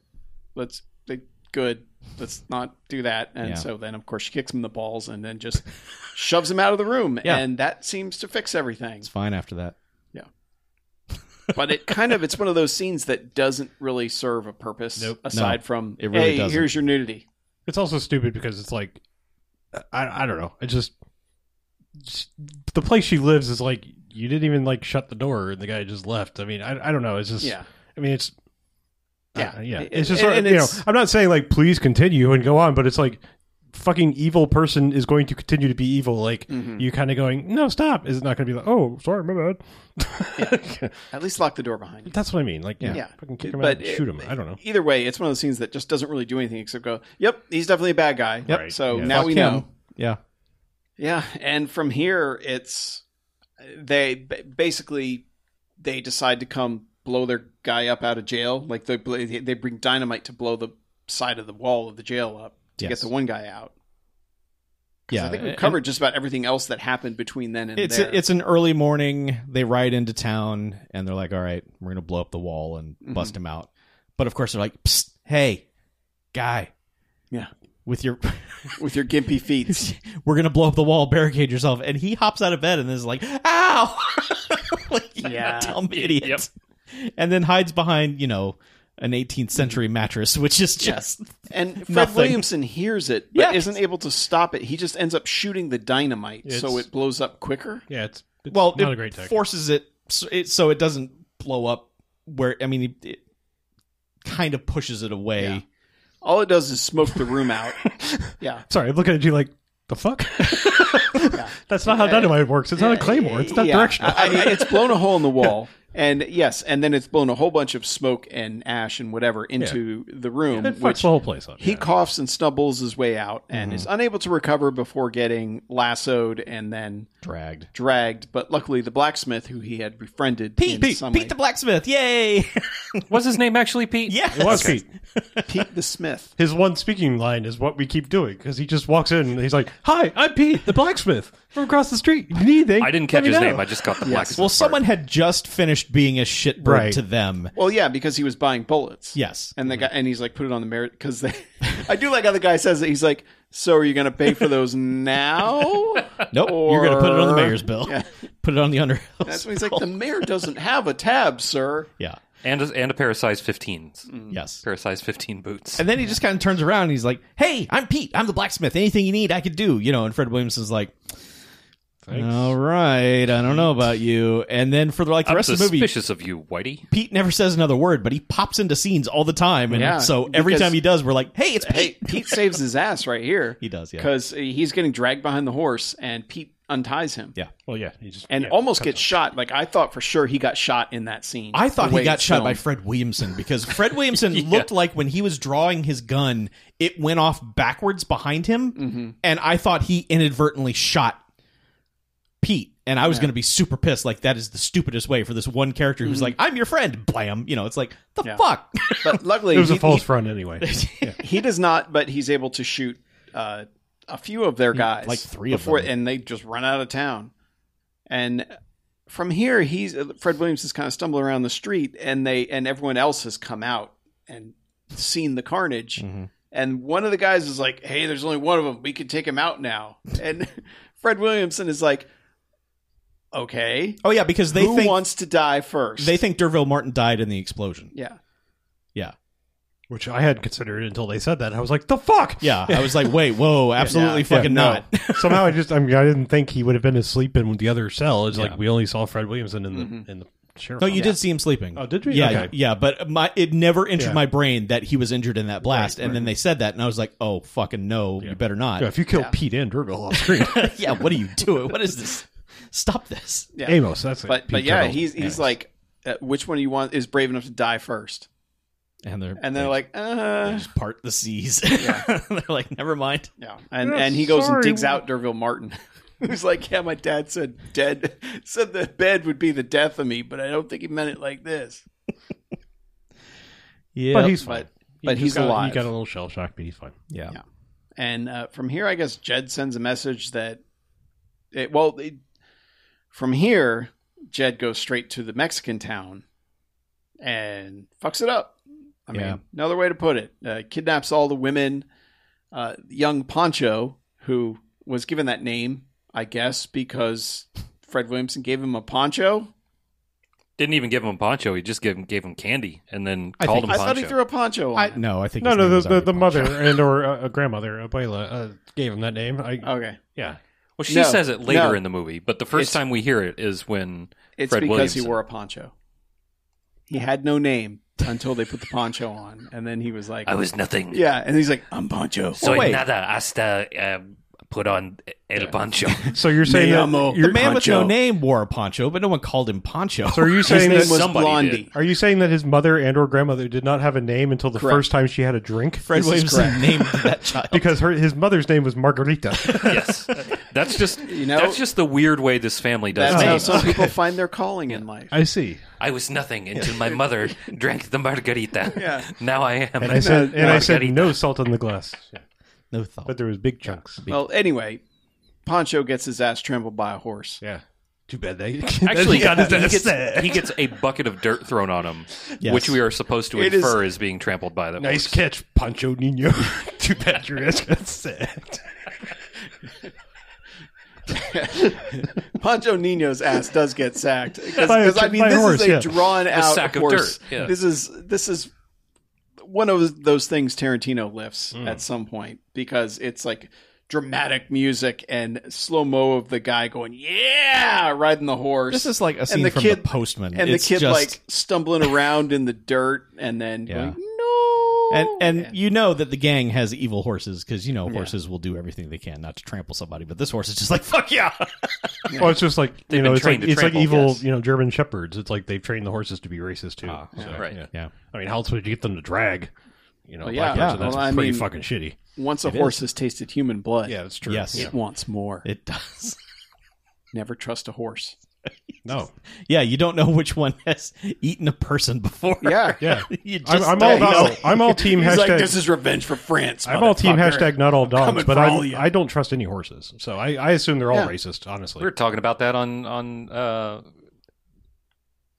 let's like, good. Let's not do that." And Yeah. so then, of course, she kicks him in the balls and then just *laughs* shoves him out of the room, Yeah. and that seems to fix everything. It's fine after that. But it kind of it's one of those scenes that doesn't really serve a purpose aside No, from it really hey, doesn't. here's your nudity. It's also stupid because it's like, I, I don't know. It just, just- the place she lives is like you didn't even like shut the door and the guy just left. I mean, I, I don't know. It's just, Yeah. I mean, it's Yeah. Uh, yeah. It- It's just and- sort of, and you know, it's- I'm not saying like please continue and go on, but it's like fucking evil person is going to continue to be evil. Like Mm-hmm. you kind of going, no, stop. Is it not going to be like, oh, sorry, my bad. At least lock the door behind *laughs* you. That's what I mean. Like, yeah, Yeah. fucking kick him But out, and it- shoot him. I don't know. Either way, it's one of those scenes that just doesn't really do anything except go, "Yep, he's definitely a bad guy." Yep. Right. So Yeah. now Fuck we him. know. Yeah. Yeah, and from here it's they ba- basically they decide to come blow their guy up out of jail. Like they bl- they bring dynamite to blow the side of the wall of the jail up to Yes. get the one guy out. 'Cause Yeah. I think a- we've covered just about everything else that happened between then and it's there. it's an early morning. They ride into town and they're like, "All right, we're gonna blow up the wall and bust him out." But of course, they're like, Psst, "Hey, guy, Yeah. with your, *laughs* with your gimpy feet. we're gonna blow up the wall, barricade yourself." And he hops out of bed and is like, "Ow!" *laughs* like, yeah, dumb idiot. And then hides behind you know an 18th century mattress, which is just And Fred Nothing. Williamson hears it, but Yeah. isn't able to stop it. He just ends up shooting the dynamite, so It's- it blows up quicker. Yeah, it's, it's well, not it a great tech. forces it so, it so it doesn't blow up. Where I mean, it, it kind of pushes it away. Yeah. All it does is smoke the room *laughs* out. yeah, Sorry, I'm looking at you like the *laughs* fuck. *laughs* That's not how dynamite works. It's not a claymore. It's not Yeah. directional. I, I mean, it's blown a hole in the *laughs* wall, and yes, and then it's blown a whole bunch of smoke and ash and whatever into the room, It fucks which the whole place up. he coughs and stumbles his way out and is Mm-hmm. unable to recover before getting lassoed and then dragged. dragged. But luckily, the blacksmith who he had befriended, Pete, in Pete, some way- Pete the *laughs* blacksmith. Yay! Was his name actually Pete? yes. It was Pete. Pete the Smith. His one speaking line is what we keep doing because he just walks in and he's like, "Hi, I'm Pete, the blacksmith from across the street. You need anything?" I didn't Let catch me his know." name. I just got the black. Well, someone had just finished being a shitbird Right. to them. Well, yeah, because he was buying bullets. Yes. Mm-hmm. And the guy, and he's like, put it on the merit because they. *laughs* I do like how the guy says it. He's like, so are you going to pay for those *laughs* now? Nope. You're going to put it on the Or- mayor's bill. *laughs* Put it on the underhouse. That's when he's like, the mayor doesn't have a tab, sir. yeah. and a, and a pair of size 15s, Yes. pair of size 15 boots. Hmm. And then he just kind of turns around and he's like, "Hey, I'm Pete. I'm the blacksmith. Anything you need, I could do." You know. And Fred Williamson's like, "All right, I don't know about you." And then for like the I'm rest of the movie, suspicious of you, Whitey. Pete never says another word, but he pops into scenes all the time, and Yeah, so every because- time he does, we're like, "Hey, it's Hey, Pete." Pete saves his ass right here. *laughs* He does, yeah. Because he's getting dragged behind the horse, and Pete unties him. Yeah. Well, yeah, he just And yeah, almost gets shot. Like I thought for sure he got shot in that scene. I thought The he way got it's shot by filmed. *laughs* Fred Williamson because Fred Williamson looked like when he was drawing his gun, it went off backwards behind him, and I thought he inadvertently shot Pete. And I was going to be super pissed. Like that is the stupidest way for this one character who's like, "I'm your friend," blam. You know, it's like the Yeah. fuck. But luckily, It was he, a false front *laughs* anyway. he, he does not. But he's able to shoot uh, a few of their guys, Hmm, like three of before, them. and they just run out of town. And from here, he's Fred Williams is kind of stumbling around the street, and they and everyone else has come out and seen the carnage. Mm-hmm. And one of the guys is like, "Hey, there's only one of them. We can take him out now." And *laughs* Fred Williamson is like, "Okay, oh yeah, because they who think wants to die first? they think Derville Martin died in the explosion. yeah, Yeah, which I hadn't considered until they said that. I was like, the fuck? yeah. I was like, wait, whoa, absolutely Yeah, fucking no. not. *laughs* Somehow I just I, mean, I didn't think he would have been asleep in the other cell. It's like we only saw Fred Williamson in the in the sheriff. No, you did see him sleeping. Oh, did we? Yeah, Okay. yeah. But my it never entered Yeah. my brain that he was injured in that blast, and then they said that, and I was like, oh fucking no, you better not. Yeah, if you kill Pete Anderville off *laughs* screen, *laughs* yeah, what are you doing? What is this? Stop this. yeah." Amos. That's it. but Pete but yeah, Turtle. he's he's like, uh, which one do you want is brave enough to die first? And they're And they're like, they uh, just part the *laughs* seas. *laughs* they're like, never mind. yeah. And and he goes and digs out Derville Martin, *laughs* who's like, yeah, my dad said dead said the bed would be the death of me, but I don't think he meant it like this. Yeah, but he's fine. But but He he's got, alive. He got a little shell shock, but he's fine. yeah. Yeah. And uh, from here, I guess Jed sends a message that, it, well, it, from here, Jed goes straight to the Mexican town and fucks it up. I Yeah. mean, another way to put it, uh, kidnaps all the women. Uh, young Poncho, who was given that name, I guess, because Fred Williamson gave him a poncho. Didn't even give him a poncho. He just gave him gave him candy and then I called think- him I thought he poncho. threw a poncho on. I, him. no, I think No, his no, name was the the, already the Poncho. mother and or uh, a grandmother, abuela, uh, gave him that name. I Okay. yeah. well, she No, says it later no. in the movie, but the first It's- time we hear it is when It's Fred because Williamson. he wore a poncho. He had no name until they put the poncho on, and then he was like, I was nothing. "Yeah," and he's like, "I'm Poncho." Oh, wait. nada hasta uh, um, put on el *laughs* poncho. So you're saying Me that- amo. you're, the man with no Poncho. name wore a poncho, but no one called him Poncho. So are *laughs* you His saying name that? was somebody Blondie. Are you saying that his mother and or grandmother did not have a name until the Correct. first time she had a drink? Fred This is Williamson named that child. Because her his mother's name was Margarita. *laughs* yes, that's just you know- know that's just the weird way this family does That's how names. some people find their calling in life. I see. I was nothing until my mother drank the margarita. *laughs* Yeah. Now I am. And I said and I said no salt on the glass. no thought. But there was big chunks. Well, anyway, Poncho gets his ass trampled by a horse. Yeah. Too bad they Actually, got his he, ass gets, there. he gets a bucket of dirt thrown on him, Yes. which we are supposed to It is- infer is, being trampled by the Nice horse. catch, Pancho Nino. Too bad your ass got sacked. Poncho Nino's ass does *laughs* get sacked By a- because I mean by a this horse, is a yeah. drawn out sack of dirt, horse. yeah. This is this is one of those things Tarantino lifts at some point because it's like dramatic music and slow mo of the guy going yeah riding the horse. This is like a the scene from kid- The Postman. and It's the kid just- like stumbling around in the dirt and then Yeah. going, no and Oh, and you know that the gang has evil horses because you know horses will do everything they can not to trample somebody, but this horse is just like *laughs* fuck yeah. Well, it's just like you know, been it's like trained to it's like trample, evil, yes. Ah, you know, German shepherds. It's like they've trained the horses to be racist too. So, right. Yeah. Yeah. I mean, how else would you get them to drag? You know, Well, black yeah. person, that's Well, I pretty mean- fucking shitty. once a horse has tasted human blood Yeah, it's true. Yes. Yeah. it wants more It does. *laughs* never trust a horse *laughs* No. Yeah, you don't know which one has eaten a person before. yeah Yeah. *laughs* You just I'm, I'm all don't know. about, I'm all team *laughs* He's hashtag. like, this is revenge for France. I'm all team motherfucker." hashtag not all dogs, coming but for I'm, all you. I don't trust any horses. So I, I assume they're all Yeah. racist, honestly. We were talking about that on on uh, uh,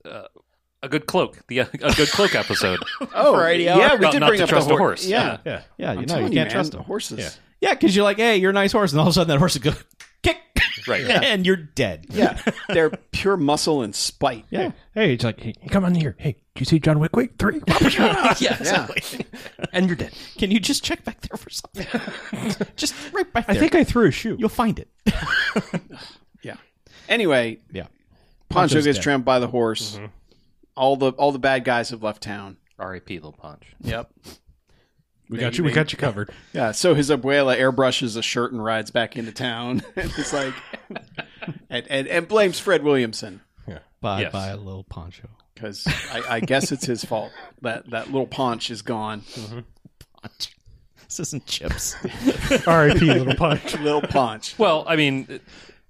a good cloak, the uh, a good cloak *laughs* episode. Oh, Variety Hour. yeah, we Not- did not bring to up trust a the hor- horse. Yeah, yeah. Yeah, you I'm know telling you you, can't man, trust the them. horses. Yeah. Yeah, because you're like, hey, you're a nice horse, and all of a sudden that horse goes kick, *laughs* Right. and you're dead. *laughs* Yeah, they're pure muscle and spite. yeah, Hey, it's like, *laughs* hey, come on here. Hey, do you see John Wick Week *laughs* 3? yeah, exactly. *laughs* and you're dead. Can you just check back there *laughs* for something? just right back I there. think I threw a shoe. you'll find it. *laughs* Yeah. Anyway, Yeah. Poncho Poncho's gets dead. trampled by the horse. All the all the bad guys have left town. R.I.P. Little Punch. Yep. we got you. We got you covered. Yeah. So his abuela airbrushes a shirt and rides back into town. *laughs* and it's like, and, and and blames Fred Williamson Bye Yes. bye, little poncho. because I, I guess it's his fault that that little paunch is gone. *laughs* This isn't chips. R.I.P. Little Punch. *laughs* Little paunch. Well, I mean,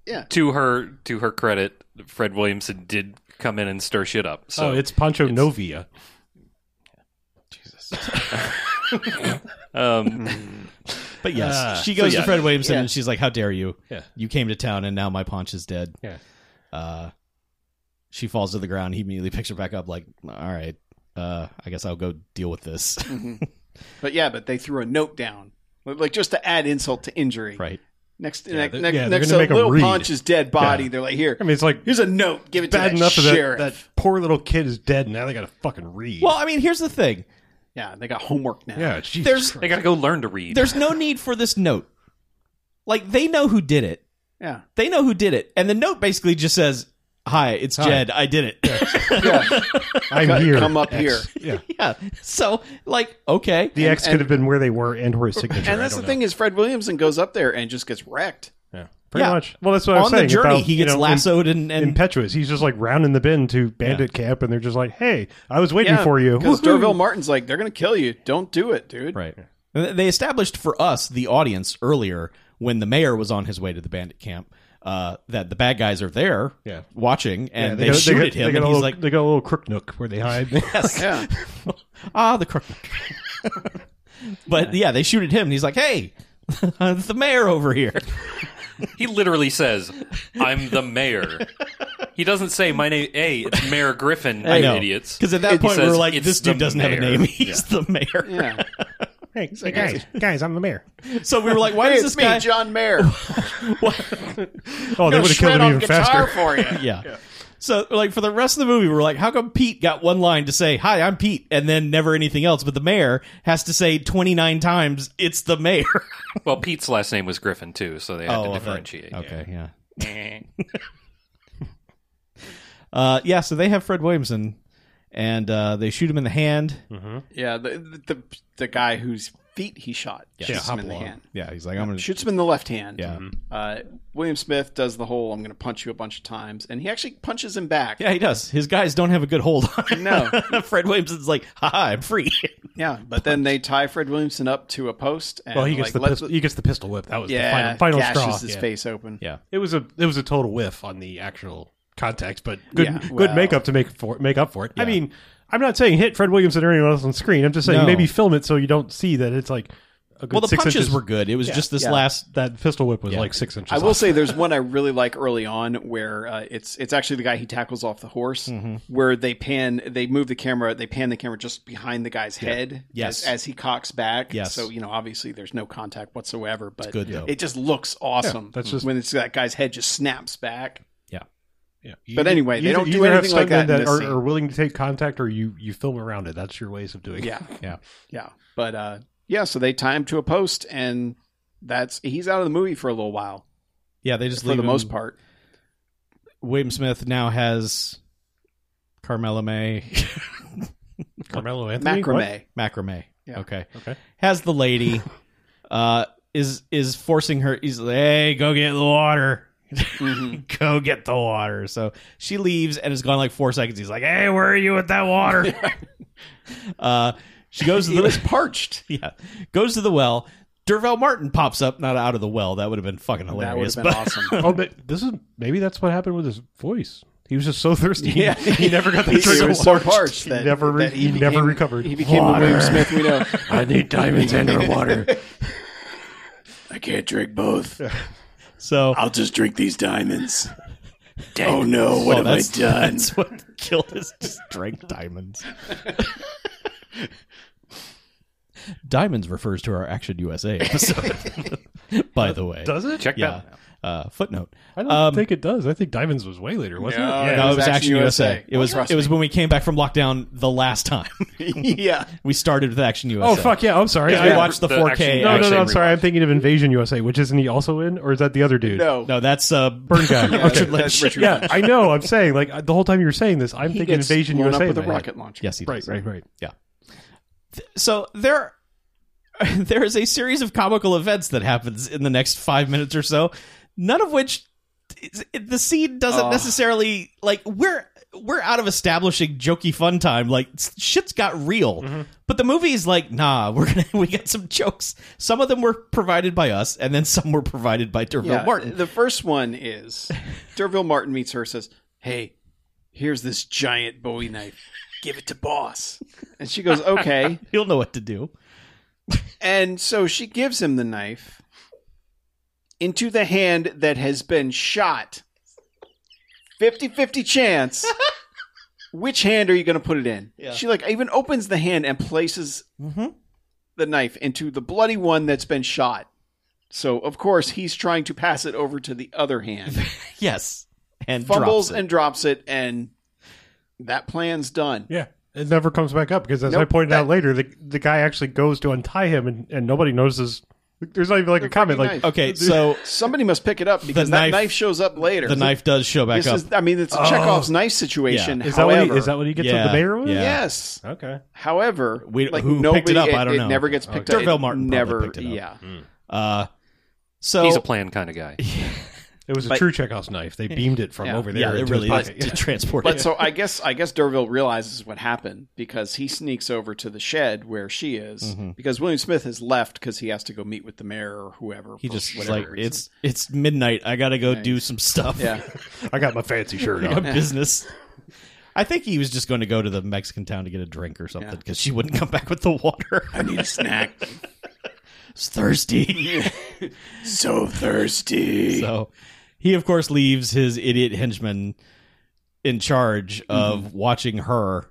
Yeah. to her to her credit, Fred Williamson did come in and stir shit up. So oh, it's Pancho Novia. um, But yes, Ah. she goes So, yeah. to Fred Williamson Yeah. and she's like, "How dare you? Yeah. You came to town and now my paunch is dead." Yeah. Uh, she falls to the ground. He immediately picks her back up. Like, all right, uh, I guess I'll go deal with this. *laughs* But yeah, but they threw a note down, like just to add insult to injury. right. Next, next, they're- next, yeah, they're next gonna to make 'em little read. Ponch's dead body. They're like, here, I mean, it's like here's a note. Give it to bad that enough that sheriff. that poor little kid is dead. Now they got to fucking read. Well, I mean, here's the thing. Yeah, they got homework now. yeah, Jesus There's- Christ. they got to go learn to read. There's no need for this note. Like they know who did it. yeah. They know who did it, and the note basically just says, "Hi, it's Hi. Jed. I did it." yeah. I'm Cut- here. Come up X. here. Yeah, *laughs* yeah. So, like, okay. the X could and- have been where they were and where his signature. And that's I the don't thing is, Fred Williamson goes up there and just gets wrecked. know. Yeah, pretty Yeah. much. Well, that's what I was On saying. the journey, about, he you gets know, lassoed and, im- and impetuous. He's just like rounding the bin to bandit camp, and they're just like, "Hey, I was waiting for you." Because Woohoo. Derville Martin's like, they're going to kill you. Don't do it, dude. Right. They established for us, the audience, earlier when the mayor was on his way to the bandit camp, uh, that the bad guys are there Yeah. watching and Yeah, they, got- shoot got- at him. they got and a he's little, *laughs* like, they got a little crook nook where they hide. Yeah. ah, the crook. *laughs* but yeah, they shoot at him and he's like, hey, *laughs* it's the mayor over here. He literally says, "I'm the mayor." he doesn't say my name. Hey, it's Mayor Griffin. you idiots. Because at that He point, we says, were like, "It's this dude the doesn't have a mayor." name. *laughs* He's the mayor. *laughs* Yeah. *laughs* hey, hey, guys, guys, I'm the mayor. So we were like, why Hey, is it's this me, guy. John Mayer. Oh, they would have killed Shred him on even faster. guitar for you. *laughs* Yeah. So, like, for the rest of the movie, we're like, how come Pete got one line to say, Hi, I'm Pete, and then never anything else? But the mayor has to say 29 times, It's the *laughs* mayor. *laughs* Well, Pete's last name was Griffin too, so they had well, to that- differentiate. Oh, Okay, yeah. *laughs* Uh, yeah, so they have Fred Williamson, and uh, they shoot him in the hand. *laughs* Yeah. The, the, the guy whose feet he shot shoots him in the Hopalong. hand. Yeah, he's like, I'm going to. Shoots him in the left hand. Yeah. Mm-hmm. Uh, William Smith does the whole I'm going to punch you a bunch of times. And he actually punches him back. Yeah, he does. His guys don't have a good hold on him. No. *laughs* Fred Williamson's like, "Ha, ha, I'm free. Yeah, but then they tie Fred Williamson up to a post. And Well, he gets like, the let pistol, he gets the pistol whip. That was yeah, the final, final gashes straw. his Yeah. face open. Yeah. It was a it was a total whiff on the actual context, but good Yeah, good well. makeup to make for make up for it. I mean, I'm not saying hit Fred Williamson or anyone else on screen. I'm just saying No. maybe film it so you don't see that it's like a good Well, the six punches inches. were good. It was just this yeah. last. that pistol whip was like six inches. I will off. say there's one I really like early on where uh, it's it's actually the guy he tackles off the horse Mm-hmm. where they pan they move the camera they pan the camera just behind the guy's head Yes. as, as he cocks back Yes. so you know obviously there's no contact whatsoever but good, though. it just looks awesome that's just- when it's that guy's head just snaps back Yeah. You but either- anyway, they either- don't do either have anything like stuntmen that in this are, scene. are willing to take contact, or you you film around it. That's your ways of doing. *laughs* yeah Yeah. yeah but uh, yeah so they tie him to a post and that's he's out of the movie for a little while Yeah, they just for leave the most him- part William Smith now has Carmela May. *laughs* it. Carmelo Anthony. what? macrame macrame. Yeah. Okay. Okay. Has *laughs* the lady uh is is forcing her he's like, hey, go get the water. Mm-hmm. *laughs* go get the water. So she leaves and it's gone like four seconds. He's like, Hey, where are you with that *laughs* water? *laughs* uh she goes to he was *laughs* the parched *laughs* yeah, goes to the well. Derval Martin pops up, not out of the well. That would have been fucking that would have hilarious. been but- awesome *laughs* *laughs* Oh, but this is maybe that's what happened with his voice. He was just so *laughs* thirsty. Yeah. he, he never got the He, drink he of was so water. parched He that never re- that he never became- recovered. He became the William Smith *laughs* we know. I need diamonds *laughs* underwater. I can't drink both. so I'll just drink these diamonds. Oh no, what have I that's- done? That's what killed us. Just drank diamonds. diamonds refers to our Action USA episode. *laughs* By the way, Does it? Check yeah. that. Uh, footnote. I don't Um, think it does. I think Diamonds was way later, wasn't No, it? no. No, it was Action Action USA. USA. It was Trust it was when we came back from lockdown the last time. yeah. *laughs* we started with Action USA. Oh fuck yeah! I'm sorry. Yeah, I- we watched the, The 4K. Action- no, no, Action- no. I'm Rewatch. sorry. I'm thinking of Invasion USA, which isn't he also in, or is that the other dude? No. no, that's uh, Burn guy. Yeah, okay. that's Richard Yeah, I know. I'm saying like I- the whole time you were saying this, I'm He thinking gets Invasion blown USA. up with a in my head. rocket launcher. yes, he Right, does. right, right. so there *laughs* there is a series of comical events that happens in the next five minutes or so none of which the scene doesn't Ugh. necessarily like we're we're out of establishing jokey fun time. Like s- shit's got real, Mm-hmm. but the movie's like, nah, *laughs* we're gonna we got some jokes. Some of them were provided by us, and then some were provided by Derville Yeah, Martin. The first one is Derville Martin meets her, says, Hey, here's this giant Bowie knife. Give it to boss. And she goes, Okay. He'll know what to do. And so she gives him the knife into the hand that has been shot. 50 50 *laughs* chance. Which hand are you going to put it in? She like even opens the hand and places Mm-hmm. the knife into the bloody one that's been shot. So of course he's trying to pass it over to the other *laughs* hand. Yes, and Fumbles drops it. and drops it, and that plan's done. Yeah. It never comes back up because, as I Nope, pointed that- out later, the the guy actually goes to untie him and, and nobody notices. There's not even like a comment like knife. *laughs* okay, so Somebody must pick it up because that knife- knife, shows up later. the knife does show back This up. Oh. is, I mean, it's a Chekhov's knife situation. is that However, what he, is that what he gets Yeah, with the mayor with? yeah. Yes. Okay. However, We- like who nobody, picked it up? I don't it know. Uh, never gets picked up. Derville It Martin probably never. picked it up. Yeah. uh, so He's a plan kind of guy. It was a But- true Chekhov's knife. They beamed it from Yeah. over there. yeah, it into really his is pocket. to transport. But it. so I guess I guess Derville realizes what happened because he sneaks over to the shed where she is Mm-hmm. because William Smith has left because he has to go meet with the mayor or whoever. he for just was whatever like reason. it's it's midnight. I gotta go do some stuff. *laughs* yeah. *laughs* I got my fancy shirt a *laughs* on. business. I think he was just going to go to the Mexican town to get a drink or something because she wouldn't come back with the *laughs* water. I need a snack. it's thirsty. so thirsty. so he, of course, leaves his idiot henchman in charge of Mm-hmm. watching her.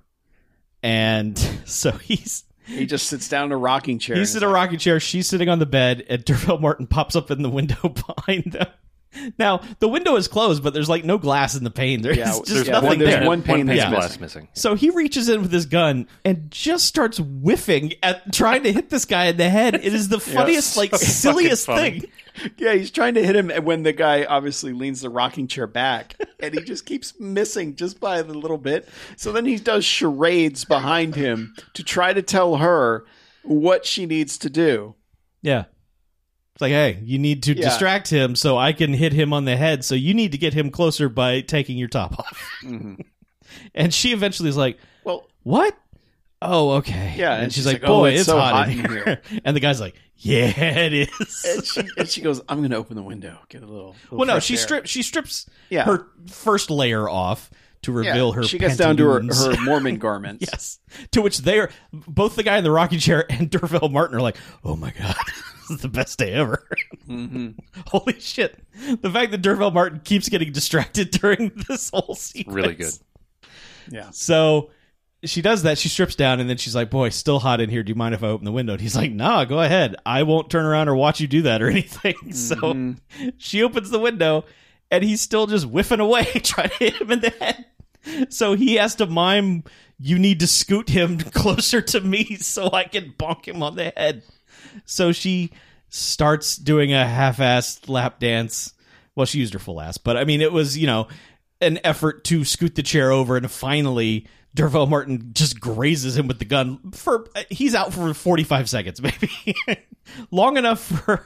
And *laughs* so he's He just sits down in a rocking chair. he's in and a rocking chair. She's sitting on the bed, and *laughs* Derville Martin pops up in the window *laughs* behind them. Now the window is closed, but there's like no glass in the pane. There's Yeah, just there's nothing one- there. there's one pane that's Yeah. glass missing. So he reaches in with his gun and just starts whiffing at trying to hit this guy in the head. *laughs* It is the funniest, like silliest fucking funny. thing. Yeah, he's trying to hit him and when the guy obviously leans the rocking chair back and he just keeps missing just by the little bit. So then he does charades behind him to try to tell her what she needs to do. Yeah. It's like, hey, you need to Yeah. distract him so I can hit him on the head. So you need to get him closer by taking your top off. Mm-hmm. *laughs* And she eventually is like, Well, what? Oh, okay. Yeah, And, and she's, she's like, like, boy, "Oh, it's, so hot, in here." here. *laughs* and the guy's like, yeah, it is. and she, and she goes, "I'm going to open the window, get a little." little well, no, fresh she air." strips. She strips Yeah. her first layer off to Yeah, reveal her. She gets down to her, pantaloons. her Mormon garments. *laughs* Yes. To which they are both the guy in the rocking chair *laughs* and Derville Martin are like, "Oh my god, *laughs* this is the best day ever." *laughs* Mm-hmm. Holy shit! The fact that Derville Martin keeps getting distracted *laughs* during this whole sequence, Really good. Yeah. So she does that. She strips down and then she's like, "Boy, still hot in here. Do you mind if I open the window?" And he's like, "Nah, go ahead. I won't turn around or watch you do that or *laughs* anything." So she opens the window and he's still just whiffing away, *laughs* trying to hit him in the head. So he has to mime, "You need to scoot him *laughs* closer to me so I can bonk him on the head." So she starts doing a half-assed lap dance. Well, she used her full ass, but I mean, it was you know an effort to scoot the chair over, and finally Derville Martin just grazes him with the gun. For uh, he's out for forty-five seconds, *laughs* maybe long enough for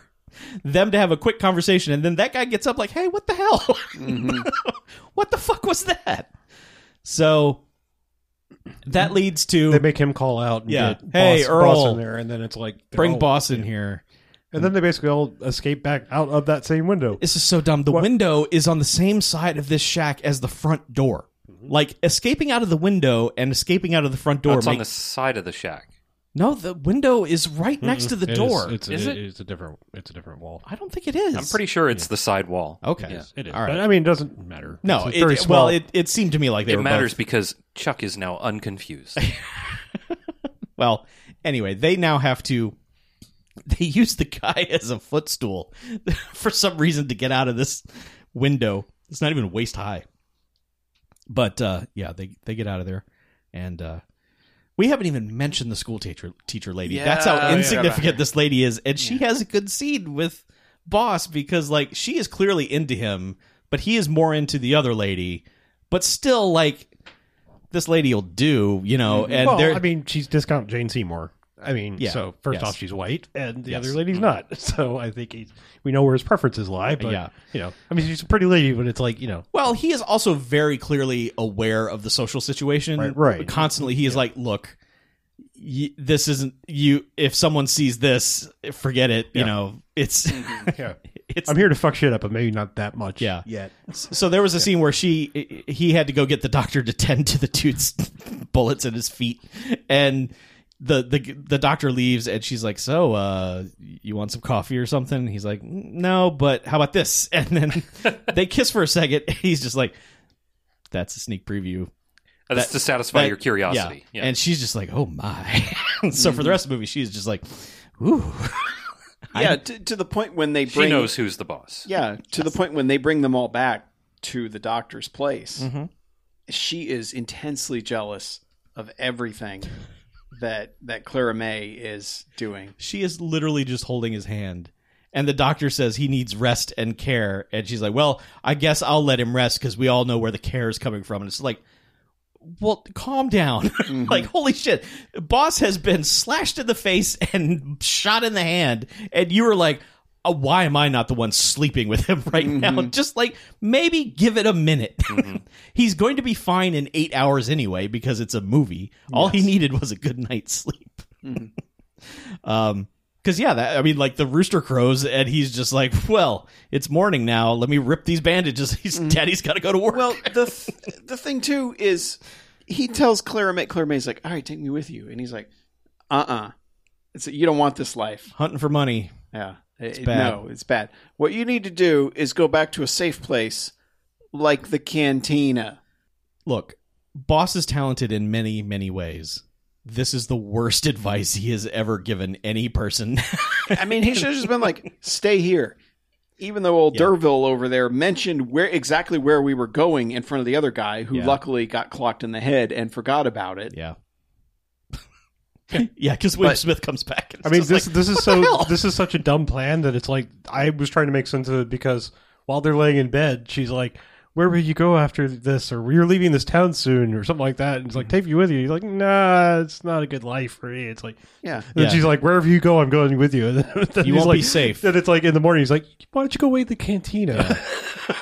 them to have a quick conversation, and then that guy gets up like, "Hey, what the hell? *laughs* what the fuck was that?" So that leads to They make him call out. And Yeah. Get Hey, boss, Earl. boss in there, and then it's like they're bring all- boss in here. And then they basically all escape back out of that same window. This is so dumb. The What- window is on the same side of this shack as the front door. Like escaping out of the window and escaping out of the front door. That's on make- the side of the shack. no, the window is right next to the Mm-hmm. It is- door. it's, Is a, it? It's a different. It's a different wall. I don't think it is. I'm pretty sure it's the side wall. okay. Yeah. It is. All right. But I mean, it doesn't matter. no, It's it, very it- small. well, it, it seemed to me like they It were matters both- because Chuck is now unconfused. well, anyway, they now have to. They use the guy *laughs* as a footstool *laughs* for some reason to get out of this window. It's not even waist high. But uh, yeah, they they get out of there, and uh, we haven't even mentioned the school teacher teacher lady. That's Yeah, how yeah. insignificant this lady is, and she has a good scene with boss because like she is clearly into him, but he is more into the other lady. But still, like this lady will do, you know. And Mm-hmm. well, they're I mean, she's discount Jane Seymour. I mean, Yeah, so first yes. off, she's white, and the other Yes. lady's not. *laughs* So I think he's, we know where his preferences lie. But Yeah. you know, I mean, she's a pretty lady, but it's like you know, Well, he is also very clearly aware of the social situation. Right, right. Constantly, he is like, "Look, y- this isn't you. If someone sees this, forget it. You know, *laughs* it's *laughs* yeah, it's I'm here to fuck shit up, but maybe not that much. Yeah. yet. So there was a scene where she he had to go get the doctor to tend to the dude's *laughs* bullets in his feet, and the the the doctor leaves, and she's like, "So, uh, you want some coffee or something?" And he's like, "No, but how about this?" *laughs* And then they kiss for a second. and he's just like, "That's a sneak preview." That's That- to satisfy That- your curiosity. Yeah. and she's just like, "Oh my!" *laughs* so for the rest of the movie, she's just like, "Ooh, Yeah, to, to the point when they she bring knows who's the boss. Yeah, to the point when they bring them all back to the doctor's place, she is intensely jealous of everything that that Clara May is doing. she is literally just holding his hand and the doctor says he needs rest and care and she's like well i guess i'll let him rest because we all know where the care is coming from and it's like well calm down *laughs* like holy shit boss has been slashed in the face and shot in the hand and you were like "Uh, why am i not the one sleeping with him *laughs* right now just like maybe give it a minute *laughs* he's going to be fine in eight hours anyway because it's a movie all he needed was a good night's sleep um, because yeah, that I mean, like the rooster crows, and he's just like, "Well, it's morning now. Let me rip these bandages. *laughs* He's daddy's got to go to work." Well, the th- the thing too is he tells Clara May. Clara May's like, "All right, take me with you," and he's like, "Uh uh it's you don't want this life." *laughs* hunting for money. Yeah, it's bad. No, it's bad. What you need to do is go back to a safe place, like the cantina. Look, boss is talented in many, many ways. This is the worst *laughs* advice he has ever given any person. *laughs* I mean, he should have just been like, "Stay here." Even though old Derville over there mentioned where exactly where we were going in front of the other guy, who Yeah. luckily got clocked in the head and forgot about it. yeah. *laughs* yeah, because Will But- Smith comes back. And I mean, it's just this like, this is "What the so hell?" this is such a dumb plan that it's like I was trying to make sense of it because while they're laying in bed, she's like, "Where will you go after this?" or "You're leaving this town soon," or something like that. And it's Mm-hmm. like, "Take you with you." He's like, "Nah, it's not a good life for me." It's like, Yeah, and Yeah. she's like, "Wherever you go, I'm going with you." *laughs* And then You he's won't be like- safe. Then it's like in the morning, he's like, "Why don't you go wait at the cantina?" *laughs*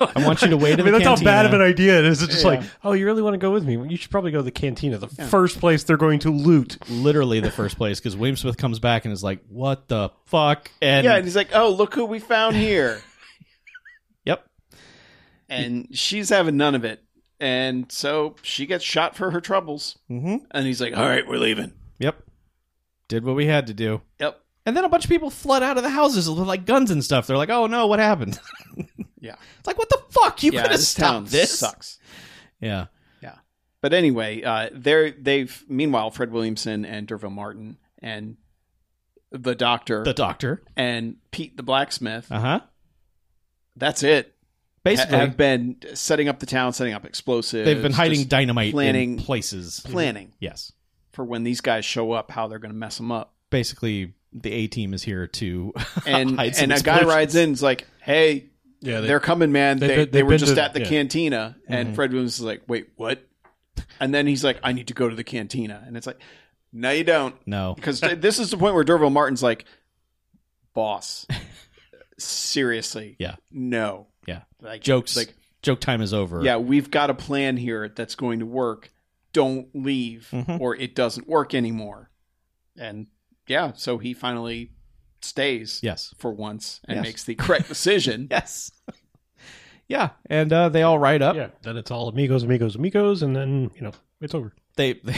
I want you to *laughs* wait. I in mean, the that's how bad of cantina. an idea it is. It's just like, "Oh, you really want to go with me? Well, you should probably go to the cantina, the first place they're going to loot." *laughs* literally the first place because William Smith comes back and is like, "What the fuck?" And yeah. And he's like, "Oh, look who we found here," yep, and she's having none of it, and so she gets shot for her troubles. Mhm. And he's like, "All right, we're leaving." Yep. Did what we had to do. Yep. And then a bunch of people flood out of the houses with like guns and stuff. They're like, "Oh no, what happened?" *laughs* Yeah. It's like, "What the fuck? You yeah, could have this town stopped this." sucks. Yeah. But anyway, uh, they're, they've meanwhile Fred Williamson and Derville Martin and the doctor The doctor. and Pete the blacksmith. Uh-huh. that's it. ha- Basically, have been setting up the town, setting up explosives. they've been hiding just dynamite planning- in places. planning Yes. for when these guys show up, how they're going to mess them up. Basically, the A team is here to And *laughs* hide and some a guy explosions. rides in, is like, "Hey, Yeah, they, are coming, man. They, they've they, been- they've were been just to- at the yeah. cantina." Mm-hmm. And Fred Williams is like, "Wait, what?" And then he's like, "I need to go to the cantina," and it's like, "No, you don't." No. *laughs* because th- this is the point where Derville Martin's like, *laughs* boss, seriously, Yeah. no, Yeah. like Jokes. like Joke time is over. yeah, we've got a plan here that's going to work. Don't leave, Mhm. or it doesn't work anymore. And yeah, so he finally stays Yes. for once and Yes. makes the correct *laughs* decision. Yes. yeah, and uh, they all ride up. yeah. Then it's all amigos, amigos, amigos, and then you know it's over. they *laughs* they,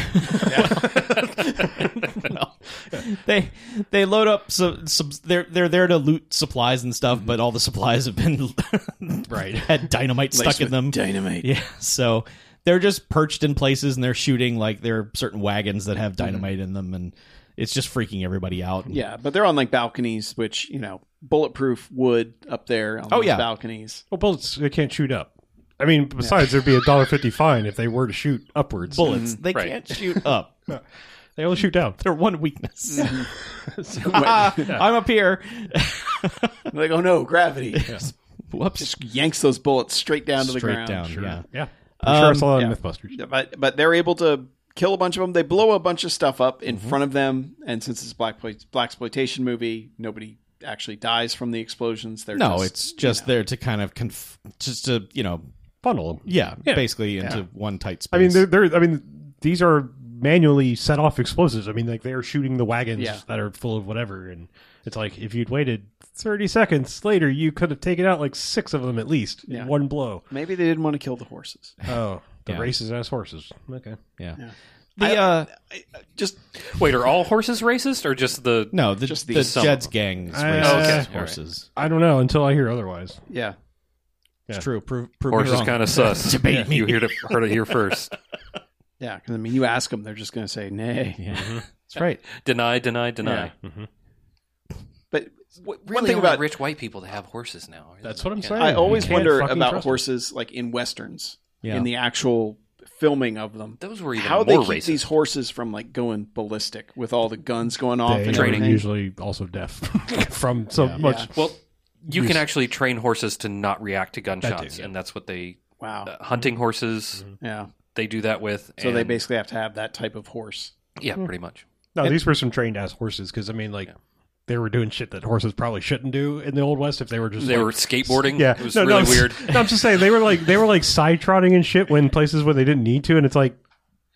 Well, *laughs* they they load up some, some they're they're there to loot supplies and stuff Mm-hmm. but all the supplies have been *laughs* right had dynamite stuck in them Dynamite. yeah so they're just perched in places and they're shooting like there are certain wagons that have dynamite in them and it's just freaking everybody out Mm-hmm. Yeah, but they're on like balconies, which you know, bulletproof wood up there on Oh, those yeah. *laughs* balconies. Well, bullets they can't shoot up. I mean, besides, there'd be a dollar fifty fine if they were to shoot upwards. bullets Mm-hmm. they Right. *laughs* can't shoot up They only shoot down. they're one weakness Mm-hmm. *laughs* When- Ah, i'm up here like, oh no, *laughs* gravity whoops just yanks those bullets straight down to the straight ground. down yeah Yeah, I'm sure I saw that in yeah. MythBusters. But but they're able to kill a bunch of them. They blow a bunch of stuff up in Mm-hmm. front of them, and since it's a black black exploitation movie, nobody actually dies from the explosions. They're No, just, it's just there to kind of conf- just to you know, funnel them. yeah, basically into one tight space. I mean, they're, they're I mean, these are manually set off explosives. I mean, like they are shooting the wagons Yeah. that are full of whatever, and it's like if you'd waited thirty seconds later, you could have taken out like six of them at least Yeah. in one blow. maybe they didn't want to kill the horses. Oh, the Yeah. races as horses. Okay, yeah. Yeah. The uh, Just Wait, are all horses racist or just the? no, the, Just the, the sum. Jed's gang's I- racist okay. horses. I don't know until I hear otherwise. yeah, Yeah. It's true. Prove, prove me Horses wrong. *laughs* kind of sus. Debate me. You hear to, heard it here first. yeah. 'Cause, I mean, you ask them, they're just going to say nay. Yeah. That's right. Deny, deny, deny. Yeah. But w- Really one thing only about rich white people that have horses now. That's what I'm Yeah. saying. I You always can't wonder fucking about trust them. horses, like in westerns, Yeah. in the actual filming of them. Those were even How they more keep racist. these horses from like going ballistic with all the guns going off They and are Training. everything? usually also deaf *laughs* from so much. well, you can actually train horses to not react to gunshots, and that's what they Wow. uh, hunting horses yeah. they do that with. So they and- basically have to have that type of horse. yeah, pretty much. No, these were some trained ass horses because I mean, like they were doing shit that horses probably shouldn't do in the old west if they were just They like, were skateboarding. *laughs* Yeah, it was no, really no, I'm s- *laughs* weird. no, I'm just saying they were like they were like side trotting and shit when places where they didn't need to, and it's like,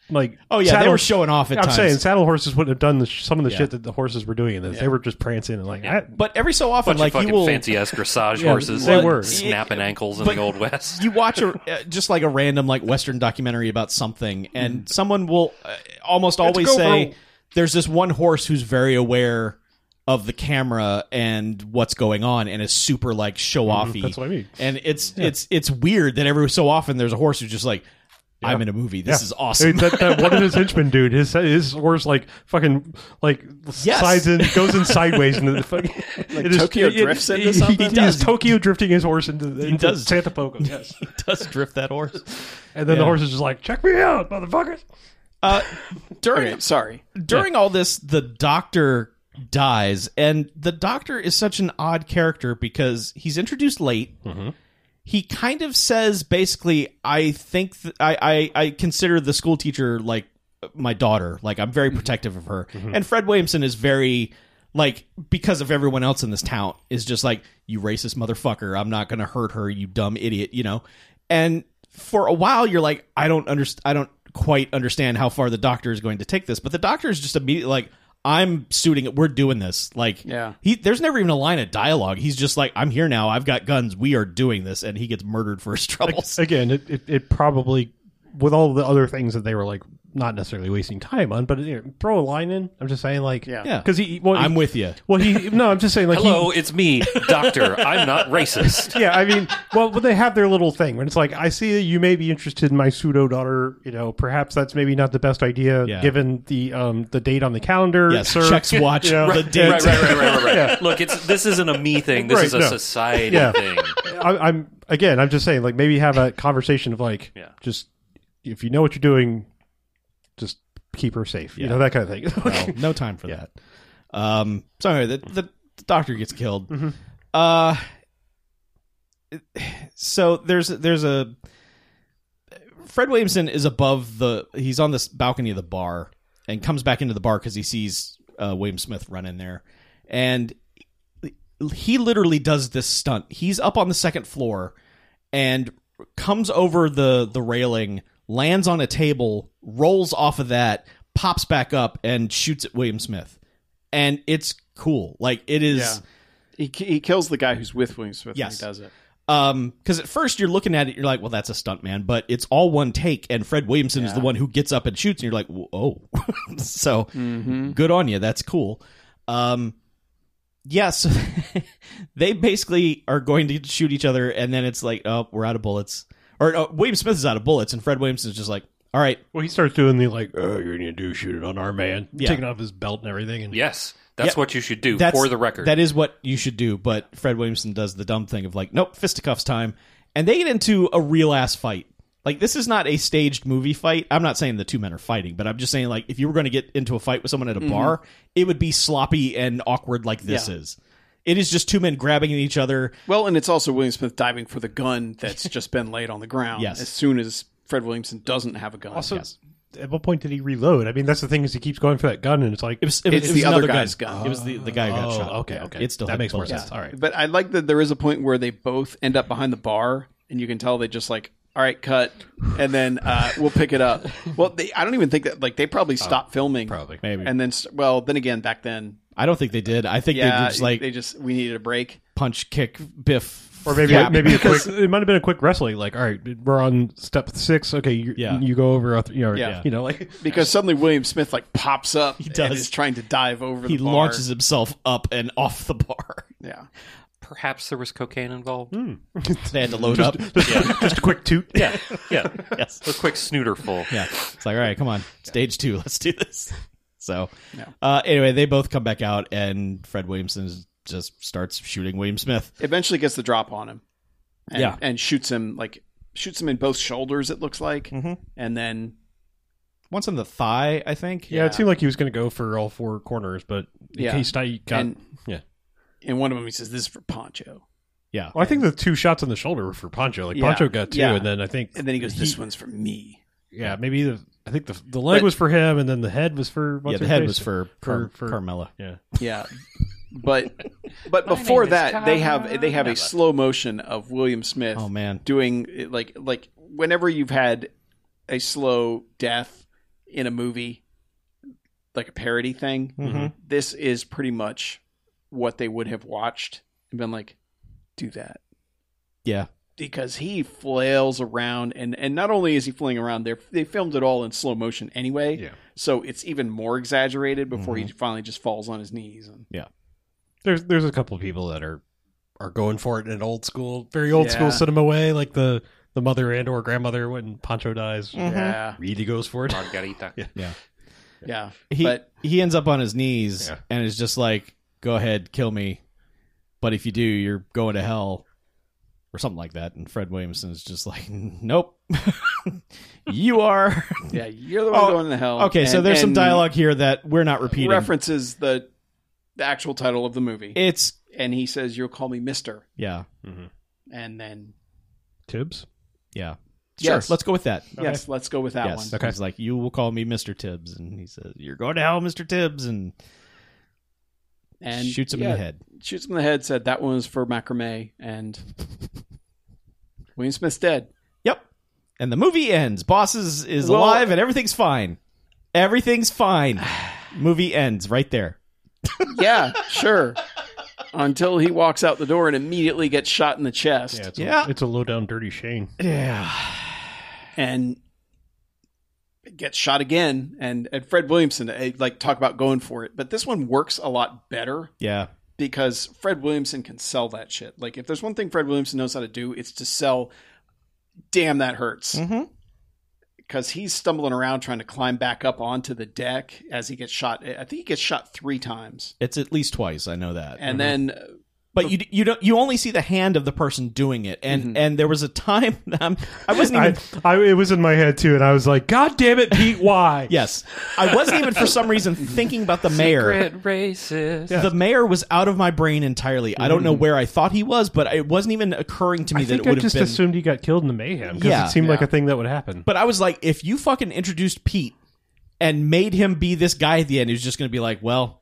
like Oh yeah, they saddle- were showing off at I'm times. saying saddle horses wouldn't have done the, sh- some of the Yeah. shit that the horses were doing in this. They were just prancing and like, "Ah, I, but every so often, Bunch like of you fucking will fancy ass dressage Yeah, horses. they were. snapping ankles in But- the old west. *laughs* you watch a uh, just like a random like Western documentary about something, and someone will uh, almost always go say, for "There's this one horse who's very aware." Of the camera and what's going on, and is super like show offy. Mm-hmm. that's what I mean. And it's it's it's weird that every so often there's a horse who's just like, "I'm in a movie. This Yeah. is I mean, awesome." that, that one of his henchmen dude, his his horse like fucking like Yes. sides in goes in sideways into the *laughs* fucking like Tokyo drifts into something? He, He does does. Tokyo drifting his horse into, the- into does. Santa *laughs* Poco. Yes, does drift that horse? and then the horse is just like, check me out, motherfuckers. *laughs* Uh, during Okay, sorry. during all this, the doctor dies, and the doctor is such an odd character because he's introduced late. He kind of says, basically, I think th- I, I I consider the school teacher like my daughter. Like I'm very protective of her. And Fred Williamson is very like because of everyone else in this town is just like you racist motherfucker. I'm not gonna hurt her. You dumb idiot. You know. And for a while, you're like, I don't understand. I don't quite understand how far the doctor is going to take this. But the doctor is just immediately like, I'm suiting it. We're doing this. Like, Yeah. He there's never even a line of dialogue. He's just like, I'm here now. I've got guns. We are doing this. And he gets murdered for his troubles. again, it, it, it probably with all the other things that they were like not necessarily wasting time on, but you know, throw a line in. I'm just saying, like, Yeah. Yeah. because he. Well, *laughs* I'm he- with you. Well, he no, I'm just saying, like, he- Hello, it's me, Doctor. I'm not *laughs* racist. yeah, I mean, well, but they have their little thing when it's like, I see that you may be interested in my pseudo daughter. You know, perhaps that's maybe not the best idea Yeah. given the um the date on the calendar. Yes, sir. checks *laughs* watch Yeah. the date. Right, right, right, right, right. right. Look, it's this isn't a me thing. This Right, is a no. society Yeah. thing. I, I'm again. I'm just saying, like maybe have a conversation of like, Yeah. just if you know what you're doing, just keep her safe. You know that kind of thing. *laughs* *laughs* No, no time for that. Um, so anyway, the, the, the doctor gets killed. Mm-hmm. Uh, so there's there's a Fred Williamson is above the he's on this balcony of the bar and comes back into the bar because he sees uh, William Smith run in there, and he literally does this stunt. He's up on the second floor and comes over the the railing, lands on a table, rolls off of that, pops back up and shoots at William Smith. And it's cool. Like it is He, ki- he kills the guy who's with William Smith Yes. when he does it. um because at first you're looking at it you're like well that's a stunt man but it's all one take and fred williamson is the one who gets up and shoots and you're like whoa *laughs* so Mm-hmm. Mm-hmm. good on you that's cool um yes *laughs* they basically are going to shoot each other and then it's like oh we're out of bullets or oh, william smith is out of bullets and fred williamson's just like all right Well, he starts doing the like, oh, you're gonna do shoot it on our man, Yeah. taking off his belt and everything, and Yes, that's Yeah. what you should do that's for the record. That is what you should do. But Fred Williamson does the dumb thing of like, nope, fisticuffs time, and they get into a real ass fight. Like this is not a staged movie fight. I'm not saying the two men are fighting, but I'm just saying like if you were going to get into a fight with someone Mm-hmm. at a bar, it would be sloppy and awkward like this Yeah. is. It is just two men grabbing at each other. Well, and it's also William Smith diving *laughs* for the gun that's just been laid on the ground Yes. as soon as Fred Williamson doesn't have a gun. also at what point did he reload? I mean, that's the thing is he keeps going for that gun, and it's like It was, it was, It's it was the another other guy's gun. gun. It was the, the guy who got Oh, shot. okay, Yeah, okay. It still That had makes more bullets. sense. All right. But I like that there is a point where they both end up behind the bar, and you can tell they just like, all right, cut, and then uh, we'll pick it *laughs* up. Well, they, I don't even think that like they Oh, probably stopped filming, probably. Maybe. and then st- well, then again, back then, I don't think they did. I think yeah, they just like they just we needed a break. punch, kick, biff, Or maybe yeah, maybe a quick. because- It might have been a quick wrestling. Like, all right, we're on step six. Okay, you, Yeah. you go over. a th- You know, Yeah. you know, like because suddenly William Smith like pops up. He does. And is trying to dive over. *laughs* he the bar. launches himself up and off the bar. Yeah, Perhaps there was cocaine involved. they had to load up. just a quick *laughs* toot. Yeah, yeah. yes. A quick snooterful. *laughs* Yeah. It's like, all right, come on, stage two, *laughs* let's do this. So, Yeah. uh, anyway, they both come back out, and Fred Williamson is- just starts shooting William Smith. eventually gets the drop on him. And, Yeah. and shoots him like shoots him in both shoulders. It looks like, Mhm. and then Once in the thigh, I think. Yeah, it seemed like he was going to go for all four corners, but Yeah. yeah. he sti- got. and yeah. and one of them he says, "This is for Poncho," Yeah. well, I think the two shots on the shoulder were for Pancho. Like Yeah, Pancho got two, yeah. and then I think, and then he goes, "This one's for me." yeah, maybe the I think the the leg But- was for him, and then the head was for Yeah, what's the her head face? was for, Car- For- for- Carmella. yeah. Yeah, but but before that, they have they have a slow motion of William Smith Oh man, doing it, like like whenever you've had a slow death in a movie like a parody thing Mhm. this is pretty much what they would have watched and been like do that Yeah. because he flails around and and not only is he flailing around there they filmed it all in slow motion anyway Yeah. so it's even more exaggerated before Mm-hmm. he finally just falls on his knees and There's there's a couple of people that are are going for it in an old school, very old Yeah. school cinema way, like the the mother and or grandmother when Pancho dies, Mm-hmm. yeah really goes for it. Margarita. Yeah. yeah he but he ends up on his knees Yeah. and is just like, "Go ahead, kill me, but if you do, you're going to hell," or something like that. And Fred Williamson is just like, *laughs* "Nope, you are." *laughs* yeah you're the one Oh, going to hell Okay, so And- there's some and- dialogue here that we're not repeating. references the the actual title of the movie, It's and he says, "You'll call me Mister," yeah, and then Tibbs, yeah. Sure, Yes. let's go with that. yes, let's go with that yes, one. he's like, "You will call me Mister Tibbs," and he says, "You're going to hell, Mister Tibbs," and, And shoots him in yeah, the head. Shoots him in the head. Said that one was for macrame, and William Smith's dead. Yep. And the movie ends. Bosses is Well- alive and everything's fine. Everything's fine. *sighs* movie ends right there. Yeah, *laughs* sure. Until he walks out the door and immediately gets shot in the chest, yeah, it's Yeah. a, it's a low down dirty Shane. Yeah. and gets shot again. And and Fred Williamson, eh, like talk about going for it, but this one works a lot better. Yeah. because Fred Williamson can sell that shit. Like if there's one thing Fred Williamson knows how to do, it's to sell. Damn, that hurts. Mhm. Because he's stumbling around trying to climb back up onto the deck as he gets shot. I think he gets shot three times, It's at least twice, I know that. and then but you you don't you only see the hand of the person doing it. And and there was a time *laughs* um, I wasn't even Mm-hmm. I, I it was in my head too, and I was like, God damn it, Pete, *laughs* why? Yes. I wasn't even for some reason thinking about the mayor. racist. The mayor was out of my brain entirely. I don't know where I thought he was, but it wasn't even occurring to me Mm. I that it think I would have just been assumed he got killed in the mayhem because Yeah. it seemed like Yeah. a thing that would happen. But I was like, if you fucking introduced Pete and made him be this guy at the end who's just going to be like, well,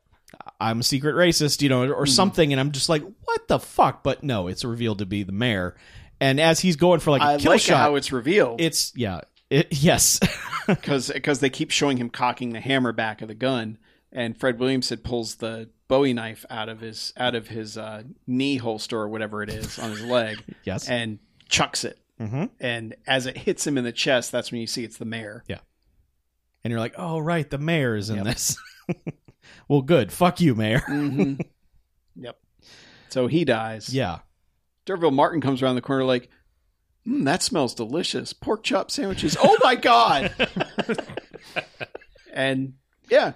I'm a secret racist, you know, or Hmm. something. And I'm just like, what the fuck? But no, it's revealed to be the mayor. And as he's going for like a I kill like shot, how it's revealed it's yeah, it, *laughs* yes, because they keep showing him cocking the hammer back of the gun, and Fred Williamson pulls the Bowie knife out of his out of his uh, knee holster or whatever it is on his leg, yes, and chucks it. Mm-hmm. Mhm. And as it hits him in the chest, that's when you see it's the mayor. and you're like, oh right, the mayor is in this. *laughs* well, good, fuck you, mayor. *laughs* Mm-hmm. *laughs* Yep. So he dies. Yeah, Derville Martin comes around the corner like, "Mm, that smells delicious. Pork chop sandwiches. Oh *laughs* my God. and yeah,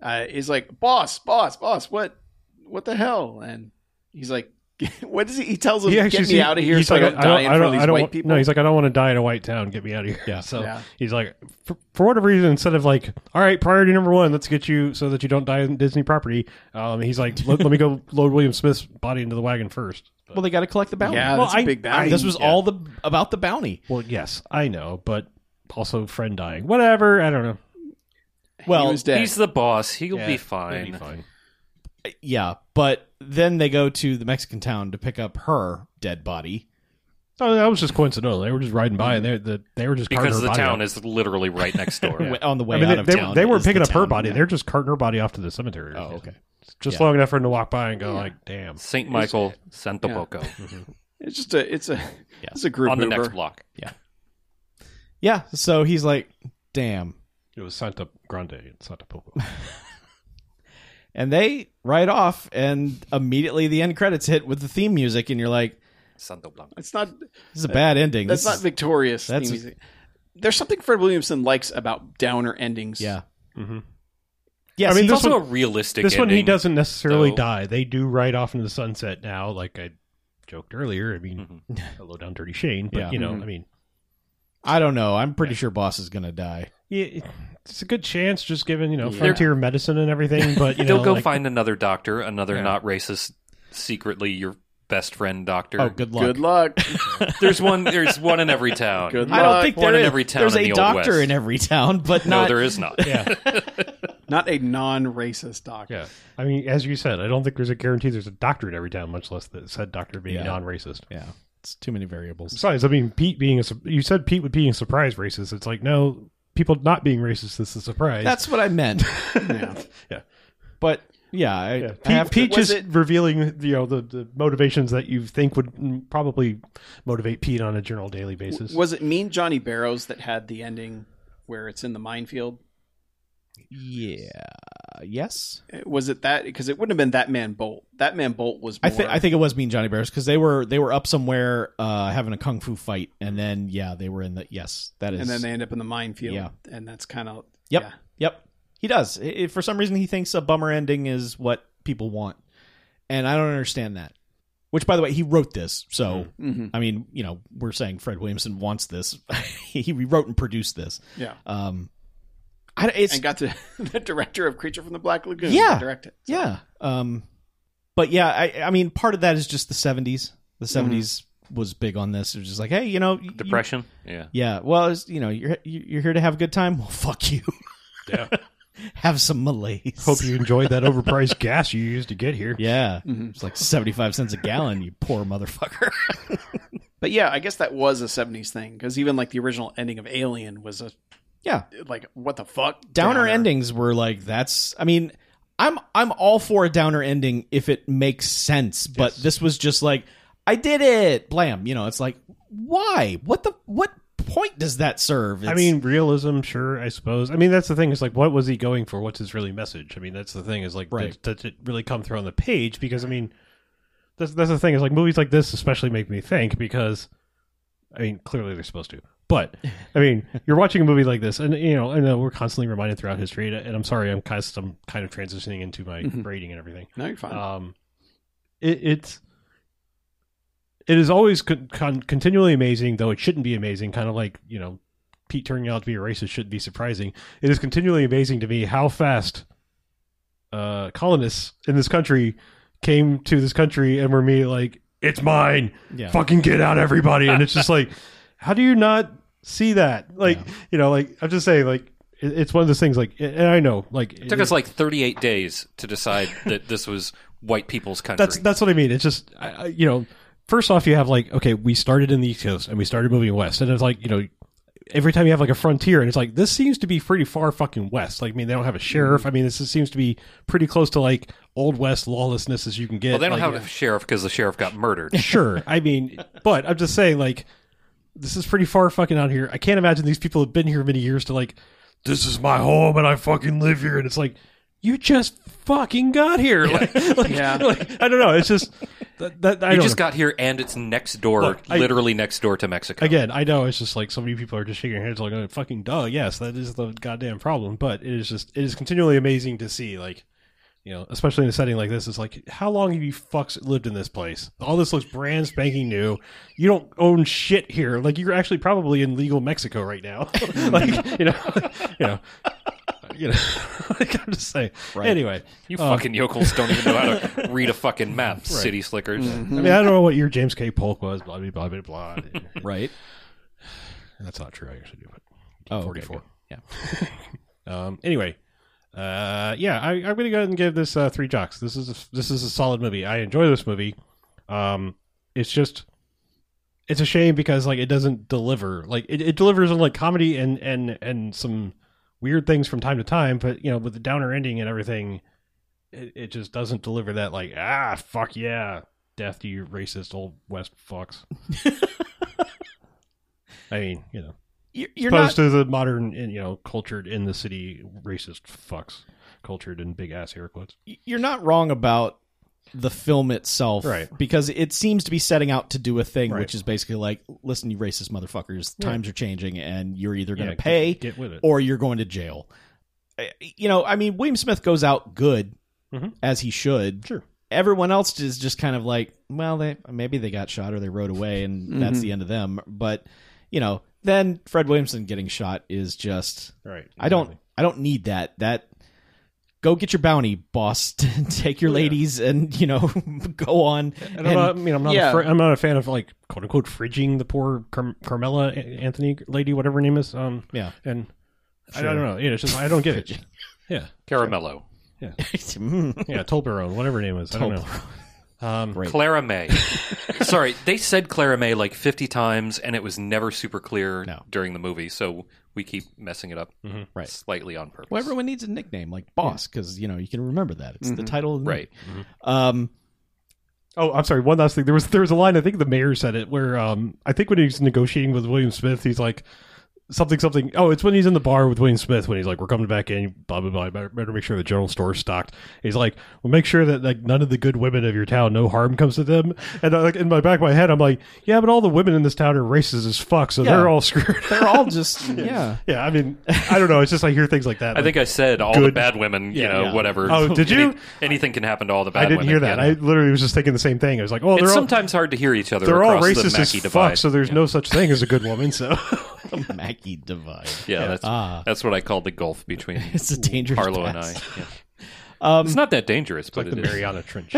uh, he's like, boss, boss, boss, what, what the hell? And he's like, *laughs* what does he, he tells *laughs* him, He get actually me see- out of here he's so I like, don't die in front of these don't white want- people. No, he's like, I don't want to die in a white town. Get me out of here. Yeah. So Yeah. he's like, for, for whatever reason, instead of like, all right, priority number one, let's get you so that you don't die in Disney property. Um, he's like, let, let me go *laughs* load William Smith's body into the wagon first. But- well, they got to collect the bounty. yeah, Well, that's a I- big bounty. this was all the about the bounty. well, yes, I know, but also friend dying. Whatever. I don't know. Well, he was dead. He's the boss. He'll Yeah, be It'd fine. be fine. yeah, but then they go to the Mexican town to pick up her dead body. Oh, that was just coincidental. They were just riding by, and they the, they were just carting Because her the body town off. is literally right next *laughs* door. w- on the way I mean, out they, of they, town. they were is the picking up her town. body. They're just carting her body off to the cemetery. or Oh, something. okay. Just Yeah. long enough for him to walk by and go like, "Damn." St. Michael, Santo Poco, It's just a it's a it's a group on the Uber. next block. Yeah, so he's like, "Damn." It was Santa Grande and Santa *laughs* Poco. And they ride off and immediately the end credits hit with the theme music and you're like, Santo Blanco. It's not "This is a Uh, bad ending." that's This not is- victorious. that's- theme music. There's something Fred Williamson likes about downer endings. Yeah. Mm-hmm. Mhm. Yes, I mean, he- It's this also one- a realistic this one he ending. doesn't necessarily so- die. They do ride off into the sunset now, like I joked earlier. I Mm-hmm. mean, hello down dirty Shane, but Hmm. Yeah. Mm-hmm. you know, I mean, I don't know. I'm pretty sure boss is going to die. yeah, it- it's a good chance, just given you know frontier medicine and everything. But you *laughs* They'll know, go like, find another doctor, another not racist, secretly your best friend doctor. Oh, good luck. Good luck. There's one. There's one in every town. Good I luck. don't think One there in is- every town There's in a the old doctor West. in every town, but No, not there is not. yeah, Not a non-racist doctor. yeah. I mean, as you said, I don't think there's a guarantee there's a doctor in every town, much less that said doctor being Yeah. non-racist. Yeah. It's too many *laughs* variables. Besides, I mean, Pete being a su- you said Pete would being a surprise racist. It's like no, people not being racist is a surprise. That's what I meant. *laughs* Yeah. But yeah, I, Yeah. I have Pete, Pete to, just revealing you know the, the motivations that you think would mm, probably motivate Pete on a general daily basis. Was it Mean Johnny Barrows that had the ending where it's in the minefield? Yeah. Yes. Was it that? Because it wouldn't have been that man Bolt. That man Bolt was. I More, think I think it was Mean Johnny Bears because they were they were up somewhere uh, having a kung fu fight, and then yeah, they were in the yes that is and then they end up in the minefield. Yeah. and that's kind of yep yeah. yep he does I- I- for some reason he thinks a bummer ending is what people want, and I don't understand that. Which by the way, he wrote this, so Mhm. I mean you know we're saying Fred Williamson wants this, *laughs* he wrote and produced this. Yeah. Um, I, it's and got to *laughs* the director of Creature from the Black Lagoon. Yeah. direct it. So, Yeah. Um, but yeah, I, I mean, part of that is just the '70s. The Mm-hmm. '70s was big on this. It was just like, hey, you know, you- Depression. Yeah. yeah. Well, it's, you know, you're you're here to have a good time. Well, fuck you. Yeah. *laughs* have some malaise. Hope you Mm-hmm. enjoyed that overpriced *laughs* gas you used to get here. Yeah. It's like seventy-five cents a gallon. You poor motherfucker. but yeah, I guess that was a '70s thing because even like the original ending of Alien was a yeah. like what the fuck Downer, endings were like that's. I mean, I'm I'm all for a downer ending if it makes sense. But this was just like I did it. Blam. You know, it's like why? What the what point does that serve? I It's- mean, realism, sure, I suppose. I mean, that's the thing is like, what was he going for? What's his really message? I mean, that's the thing is like, Right. does, does it really come through on the page? Because I mean, that's that's the thing is like movies like this especially make me think because, I mean, clearly they're supposed to, but I *laughs* mean, you're watching a movie like this, and you know, I know we're constantly reminded throughout history, and, and I'm sorry, I'm kind of I'm kind of transitioning into *laughs* my rating and everything. No, you're fine. Um, it, it's it is always con- con- continually amazing, though it shouldn't be amazing. Kind of like you know, Pete turning out to be a racist shouldn't be surprising. It is continually amazing to me how fast uh, colonists in this country came to this country and were me like, "It's mine, Yeah. fucking get out, everybody!" *laughs* And it's just like, how do you not see that? Like, you know, like I'm just saying, like it, it's one of those things. Like, and I know, like It took us like 38 days to decide that this was white people's country. that's that's what I mean. It's just I, I- you know, first off, you have like okay, we started in the East Coast and we started moving west, and it's like you know, every time you have like a frontier, and it's like this seems to be pretty far fucking west. Like I mean, they don't have a Mm-hmm. sheriff. I mean, this is- seems to be pretty close to like old west lawlessness as you can get. well, they don't Like, have a sheriff because the sheriff got murdered. sure. *laughs* I mean, but I'm just saying like this is pretty far fucking out here. I can't imagine these people have been here many years to like this is my home and I fucking live here, and it's like. You just fucking got here. *laughs* Like, like- Yeah. like, I don't know. It's just that, that I You don't just know. got here, and it's next door, Look, I- literally next door to Mexico. Again, I know it's just like so many people are just shaking their heads like, oh, fucking duh, yes, that is the goddamn problem. But it is just, it is continually amazing to see, like, you know, especially in a setting like this, it's like, how long have you fucks lived in this place? All this looks brand spanking new. You don't own shit here. Like, you're actually probably in legal Mexico right now. *laughs* like, you know, *laughs* you know, you know, *laughs* like, I'm just saying. Anyway, You uh, fucking yokels don't even know how to *laughs* read a fucking map, city slickers. I mean, I don't know what your James K. Polk was, blah, blah, blah, blah, blah. right? That's not true. I actually do, but Oh, okay, 1944. good. Yeah. *laughs* Um, anyway, uh, yeah, I, I'm gonna go ahead and give this uh, three jocks. This is a, this is a solid movie. I enjoy this movie. Um, it's just it's a shame because like it doesn't deliver. Like it, it delivers on like comedy and and and some weird things from time to time, but you know with the downer ending and everything, it, it just doesn't deliver that like ah fuck yeah death to you racist old west fucks. I mean, you know You're, you're opposed not. to the modern, you know, cultured in the city racist fucks, cultured in big ass air quotes. You're not wrong about the film itself, Right. Because it seems to be setting out to do a thing, Right. which is basically like, listen, you racist motherfuckers, times are changing, and you're either going to Yeah, pay get, get with it. or you're going to jail. Uh, You know, I mean, William Smith goes out good Mhm. as he should. Sure. Everyone else is just kind of like, well, they maybe they got shot or they rode away, and that's the end of them. But you know, then Fred Williamson getting shot is just right. I don't I don't need that. That go get your bounty, boss. *laughs* Take your ladies, and you know, *laughs* go on. And I'm not, I mean, I'm not, Yeah. a fr- I'm not a fan of like quote unquote fridging the poor Car- Carmela A- Anthony lady, whatever her name is. Um, Yeah. and I, I don't know. You know, it's just I don't get it. *laughs* Yeah, Caramello. Mm, yeah, Tolbarone, whatever her name is. I don't know. Um, Great. Clara *laughs* May. Sorry, they said Clara May like 50 times, and it was never super clear No. during the movie, so we keep messing it up Mm-hmm. Right. slightly on purpose. *laughs* Well, everyone needs a nickname like boss because you know you can remember that. It's the title, of the Right. movie. Um, oh, I'm sorry. One last thing. There was there was a line. I think the mayor said it where um, I think when he's negotiating with William Smith, he's like. something something. Oh, it's when he's in the bar with William Smith when he's like, "We're coming back in, blah blah blah. Better, better make sure the general store's stocked." He's like, "Well, make sure that like none of the good women of your town, no harm comes to them." And I, like in my back of my head, I'm like, "Yeah, but all the women in this town are racist as fuck, so Yeah. they're all screwed." *laughs* they're all just yeah. yeah, I mean, I don't know. It's just I hear things like that. I think I said all the good- bad women, you Yeah, know, yeah. whatever. Oh, did you? anything can happen to all the bad I didn't women. hear that. yeah. I literally was just thinking the same thing. I was like, "Oh, it's they're all." sometimes hard to hear each other. They're all across the racist as Mackey fuck, divide. so there's no such thing as a good woman. So Mackey divide. yeah, that's *laughs* Ah. that's what I called the gulf *laughs* between It's a dangerous Harlow and I. pass. Yeah. Um, It's not that dangerous, but like the it is. Mariana *laughs* Trench.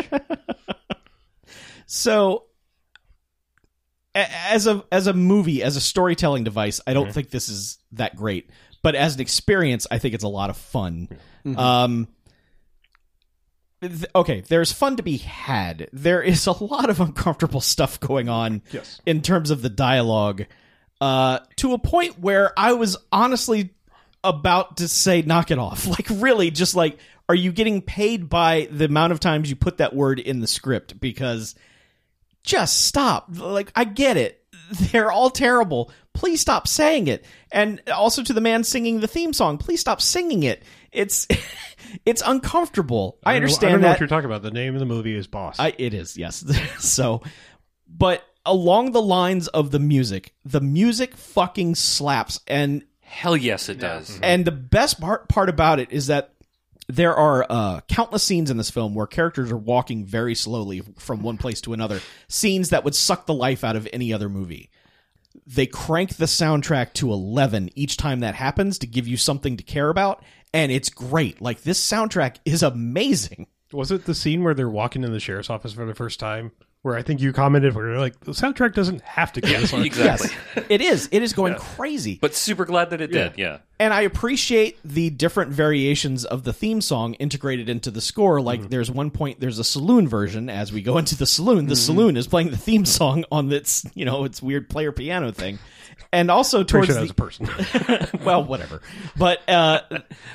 So a- as a as a movie, as a storytelling device, I don't think this is that great. But as an experience, I think it's a lot of fun. Um th- okay, there's fun to be had. There is a lot of uncomfortable stuff going on Yes. in terms of the dialogue uh to a point where I was honestly about to say knock it off. *laughs* Like really just like are you getting paid by the amount of times you put that word in the script because just stop. Like, I get it. *laughs* They're all terrible. Please stop saying it. And also to the man singing the theme song, please stop singing it. It's *laughs* it's uncomfortable. don't I, know- understand I don't know that. what you're talking about. The name of the movie is Boss. I, it is, yes. *laughs* so, but along the lines of the music, the music fucking slaps and Hell yes, it does. and the best part part about it is that there are uh, countless scenes in this film where characters are walking very slowly from one place to another. Scenes that would suck the life out of any other movie. They crank the soundtrack to 11 each time that happens to give you something to care about, and it's great. Like, this soundtrack is amazing. Was it the scene where they're walking in the sheriff's office for the first time? Where I think you commented, where you're like, the soundtrack doesn't have to go *laughs* this far. Exactly. Yes, it is. It is going crazy. But super glad that it did. Yeah. and I appreciate the different variations of the theme song integrated into the score. Like Mm-hmm. there's one point there's a saloon version as we go into the saloon. The Mm-hmm. saloon is playing the theme song on its you know its weird player piano thing, and also Pretty towards sure that was a the, person. *laughs* well whatever. But uh,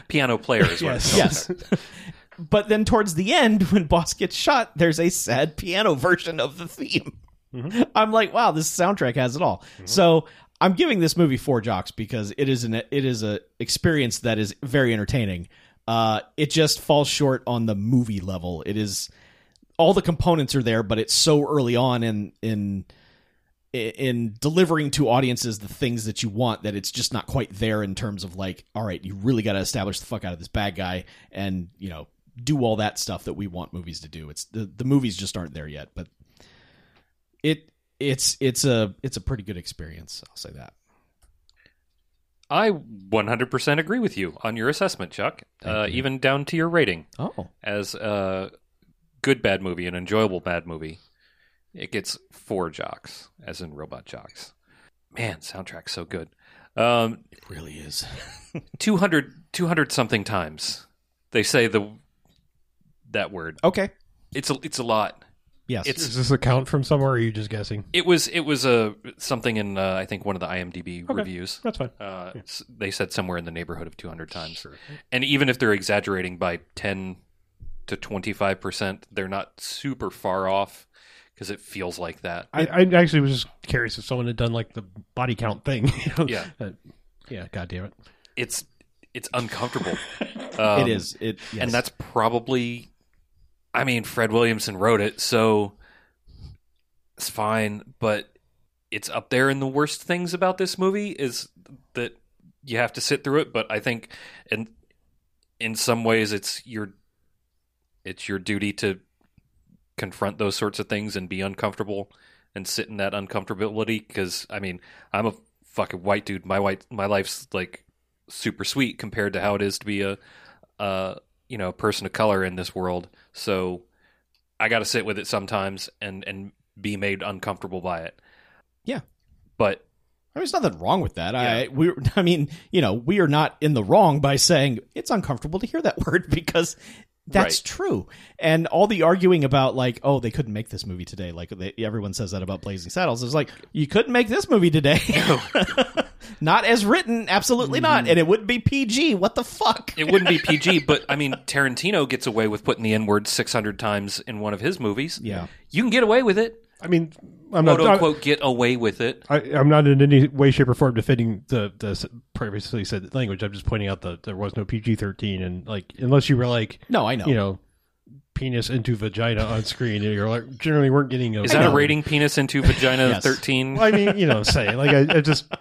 Piano player *laughs* is what it's called. yes. *laughs* But then towards the end, when Boss gets shot, there's a sad piano version of the theme. I'm like, wow, this soundtrack has it all. So I'm giving this movie four jocks because it is an it is a experience that is very entertaining. Uh, it just falls short on the movie level. It is all the components are there, but it's so early on in in in delivering to audiences the things that you want that it's just not quite there in terms of like all right you really got to establish the fuck out of this bad guy and you know do all that stuff that we want movies to do it's the, the movies just aren't there yet but it it's it's a it's a pretty good experience i'll say that I 100% agree with you on your assessment, Chuck. Uh, Even down to your rating oh as a good bad movie, an enjoyable bad movie. It gets four jocks, as in robot jocks. Man, soundtrack's so good. Um, It really is. 200, 200 something times they say the that word. Okay. It's a, it's a lot. *laughs* Yes. It's Is this a count from somewhere? Or are you just guessing? it was it was a something in uh, I think one of the IMDb reviews. That's fine. Uh, s- They said somewhere in the neighborhood of 200 times. And even if they're exaggerating by 10 to 25 percent, they're not super far off because it feels like that. I, I actually was just curious if someone had done like the body count thing. *laughs* Yeah. Uh, yeah. God damn it. It's it's uncomfortable. Um, *laughs* it is. It yes. and that's probably i mean fred williamson wrote it so it's fine but it's up there in the worst things about this movie is that you have to sit through it but i think in in some ways it's your it's your duty to confront those sorts of things and be uncomfortable and sit in that uncomfortability because i mean i'm a fucking white dude my white my life's like super sweet compared to how it is to be a uh, you know, person of color in this world. So I got to sit with it sometimes and and be made uncomfortable by it. Yeah. But I mean, there's nothing wrong with that. I we *laughs* I mean, you know, we are not in the wrong by saying it's uncomfortable to hear that *laughs* word because that's Right. true. And all the arguing about like, oh, they couldn't make this movie today. Like they, everyone says that about Blazing Saddles. It's like you couldn't make this movie today. *laughs* not as written, absolutely not. And it wouldn't be PG. What the fuck? Mm-hmm. it wouldn't be PG. But I mean, Tarantino gets away with putting the N word six hundred times in one of his movies. Yeah. you can get away with it. I mean, I'm not. Quote I- unquote, get away with it. I, I'm not in any way, shape, or form defending the, the s- previously said language. I'm just pointing out that there was no PG-13, and like unless you were like, No, I know. you know, penis into vagina on screen, and you're like generally weren't getting a. Is that a know. rating? Penis into vagina Yes. thirteen. I mean, you know, say like I, I just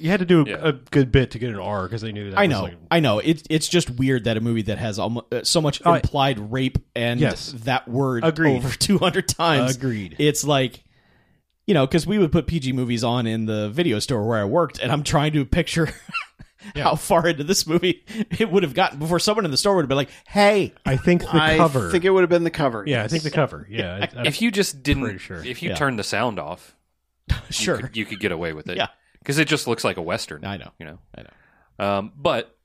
you had to do a, Yeah. a good bit to get an R because they knew that. I was, know, like- I know. It, it's just weird that a movie that has almo- uh, so much Oh, I- implied rape and Yes. that word Agreed. over *laughs* 200 times. Agreed. It's like, you know, because we would put PG movies on in the video store where I worked, and I'm trying to picture *laughs* how far into this movie it would have gotten before someone in the store would have been like, hey, I think the I cover. think it would have been the cover. yeah, I think the *laughs* cover. Yeah, I, I, if you just didn't, pretty sure. if you Yeah. turned the sound off, sure. you could, you could get away with it. Yeah. because it just looks like a western. I know. you know. I know. Um, but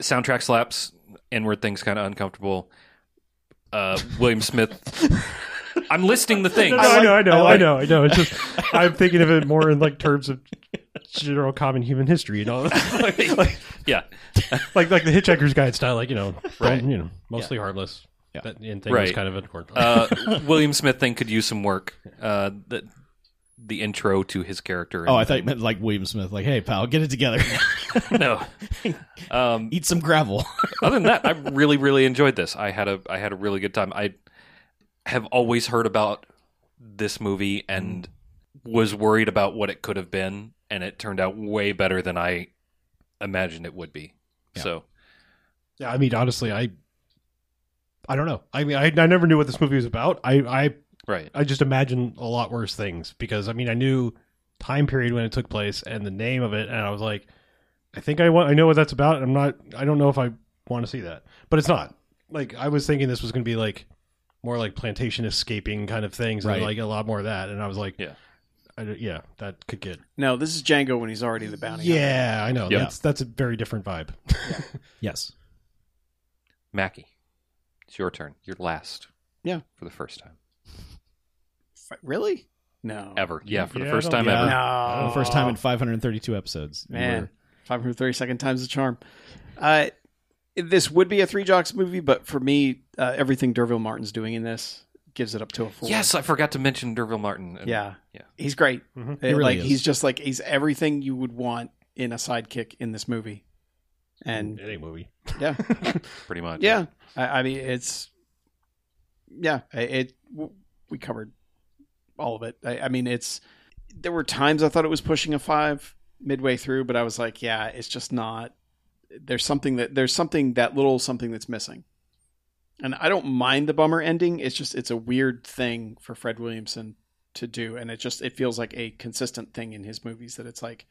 soundtrack slaps, inward things kind of uncomfortable. Uh, William *laughs* Smith. I'm listing the things. No, I know, I know, I know, I know. It's just *laughs* I'm thinking of it more in like terms of general common human history *laughs* and all. like, like, yeah, like like the Hitchhiker's Guide style, like you know, Right. you know, mostly harmless. Yeah. That and thing was Right. kind of important. uh, William Smith thing could use some work. Uh, the the intro to his character. Oh, I thought you meant like William Smith, like, hey, pal, get *laughs* it together, *laughs* no. Um, *laughs* eat some gravel. other than that, I really, really enjoyed this. I had a I had a really good time. I have always heard about this movie and was worried about what it could have been, and it turned out way better than I imagined it would be. So yeah, I mean, honestly, I I don't know. I mean, I, I never knew what this movie was about. I I right, I just imagined a lot worse things because I mean, I knew time period when it took place and the name of it, and I was like, I think I want I know what that's about. And I'm not. I don't know if I want to see that, but it's not. Like I was thinking this was going to be like more like plantation escaping kind of things, Right. and like a lot more of that. And I was like, Yeah. I, don't- yeah, that could get No, this is Django when he's already the bounty. hunter. Yeah, I know. Yeah. That's that's a very different vibe. yes. Mackie, it's your turn. You're last. Yeah. for the first time Really? No. ever. Yeah, for the Yeah, I first don't- time yeah. ever. No. The first time in 532 episodes. you Man, were- 530 second time's the charm. Uh, this would be a three jocks movie, but for me, uh, everything Derville Martin's doing in this gives it up to a four. Yes, I forgot to mention Derville Martin. And- Yeah. Yeah. He's great. Mhm. Uh, He really like is. he's just like he's everything you would want in a sidekick in this movie. And Any movie. yeah. *laughs* pretty much. Yeah, I, I mean it's yeah. I- It, w we covered all of it. I, I mean it's there were times I thought it was pushing a five midway through, but I was like, yeah, it's just not. There's something that there's something that little something that's missing, and I don't mind the bummer ending. It's just it's a weird thing for Fred Williamson to do, and it just it feels like a consistent thing in his movies that it's like,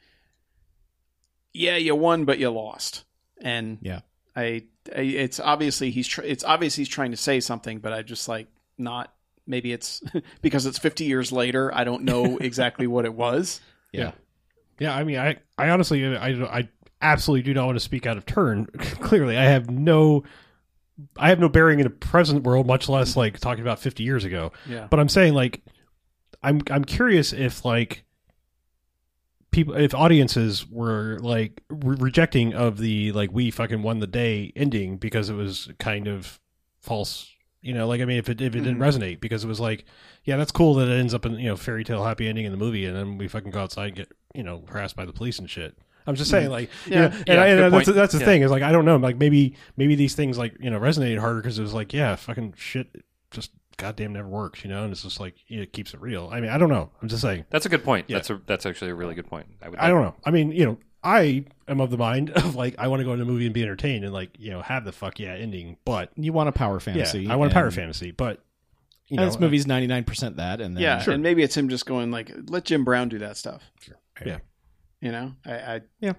yeah, you won, but you lost, and Yeah. I, I it's obviously he's tr- it's obvious he's trying to say something, but I just like not *laughs* maybe it's because it's 50 years later. I don't know exactly what it was. Yeah. Yeah, I mean, I, I honestly, I, I absolutely do not want to speak out of turn. *laughs* Clearly, I have no, I have no bearing in the present world, much less like talking about fifty years ago. Yeah. But I'm saying, like, I'm, I'm curious if like people, if audiences were like re- rejecting of the like we fucking won the day ending because it was kind of false. You know, like I mean, if it if it didn't resonate because it was like, yeah, that's cool that it ends up in you know fairy tale happy ending in the movie, and then we fucking go outside and get you know harassed by the police and shit. I'm just saying, like, yeah, Yeah. and, Yeah, I, and good that's point. that's the Yeah. thing is like I don't know, like maybe maybe these things like you know resonated harder because it was like, yeah, fucking shit, just goddamn never works, you know, and it's just like it keeps it real. I mean, I don't know. I'm just saying. That's a good point. That's a that's actually a really good point. would I don't know. I mean, you know, I am of the mind *laughs* of like I want to go to a movie and be entertained and like you know have the fuck yeah ending, but You want a power yeah, fantasy. I want a power and- fantasy, but you and know, this movie's ninety nine percent that, and then, yeah, and maybe it's him just going like, let Jim Brown do that stuff. Yeah. You know, I, I Yeah.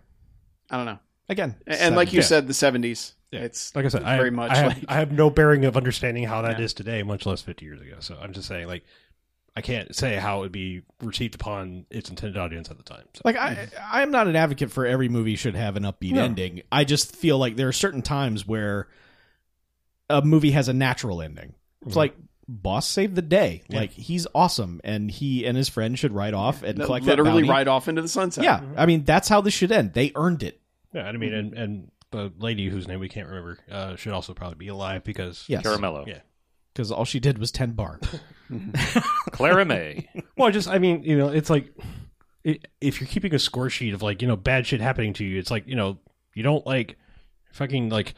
I don't know. again, A- And, like you Yeah. said, the seventies. It's like I said, I, very much I have, like I have no bearing of understanding how that is Yeah. today, much less 50 years ago. So I'm just saying, like, I can't say how it would be received upon its intended audience at the time. So. Like I, I'm not an advocate for every movie should have an upbeat ending. I just feel like there are certain times where a movie has a natural ending. Mm-hmm. It's like boss saved the day. Like he's awesome, and he and his friend should ride off and no, collect literally that bounty. right off Mm-hmm. into the sunset. Yeah, I mean that's how this should end. They earned it. Yeah, and I mean, Mm-hmm. and, and the lady whose name we can't remember uh, should also probably be alive because Yes, Caramello. Yeah. because all she did was *laughs* ten bar. Clara May. Well, I just, I mean, you know, it's like i if you're keeping a score sheet of like, you know, bad shit happening to you, it's like, you know, you don't like fucking like,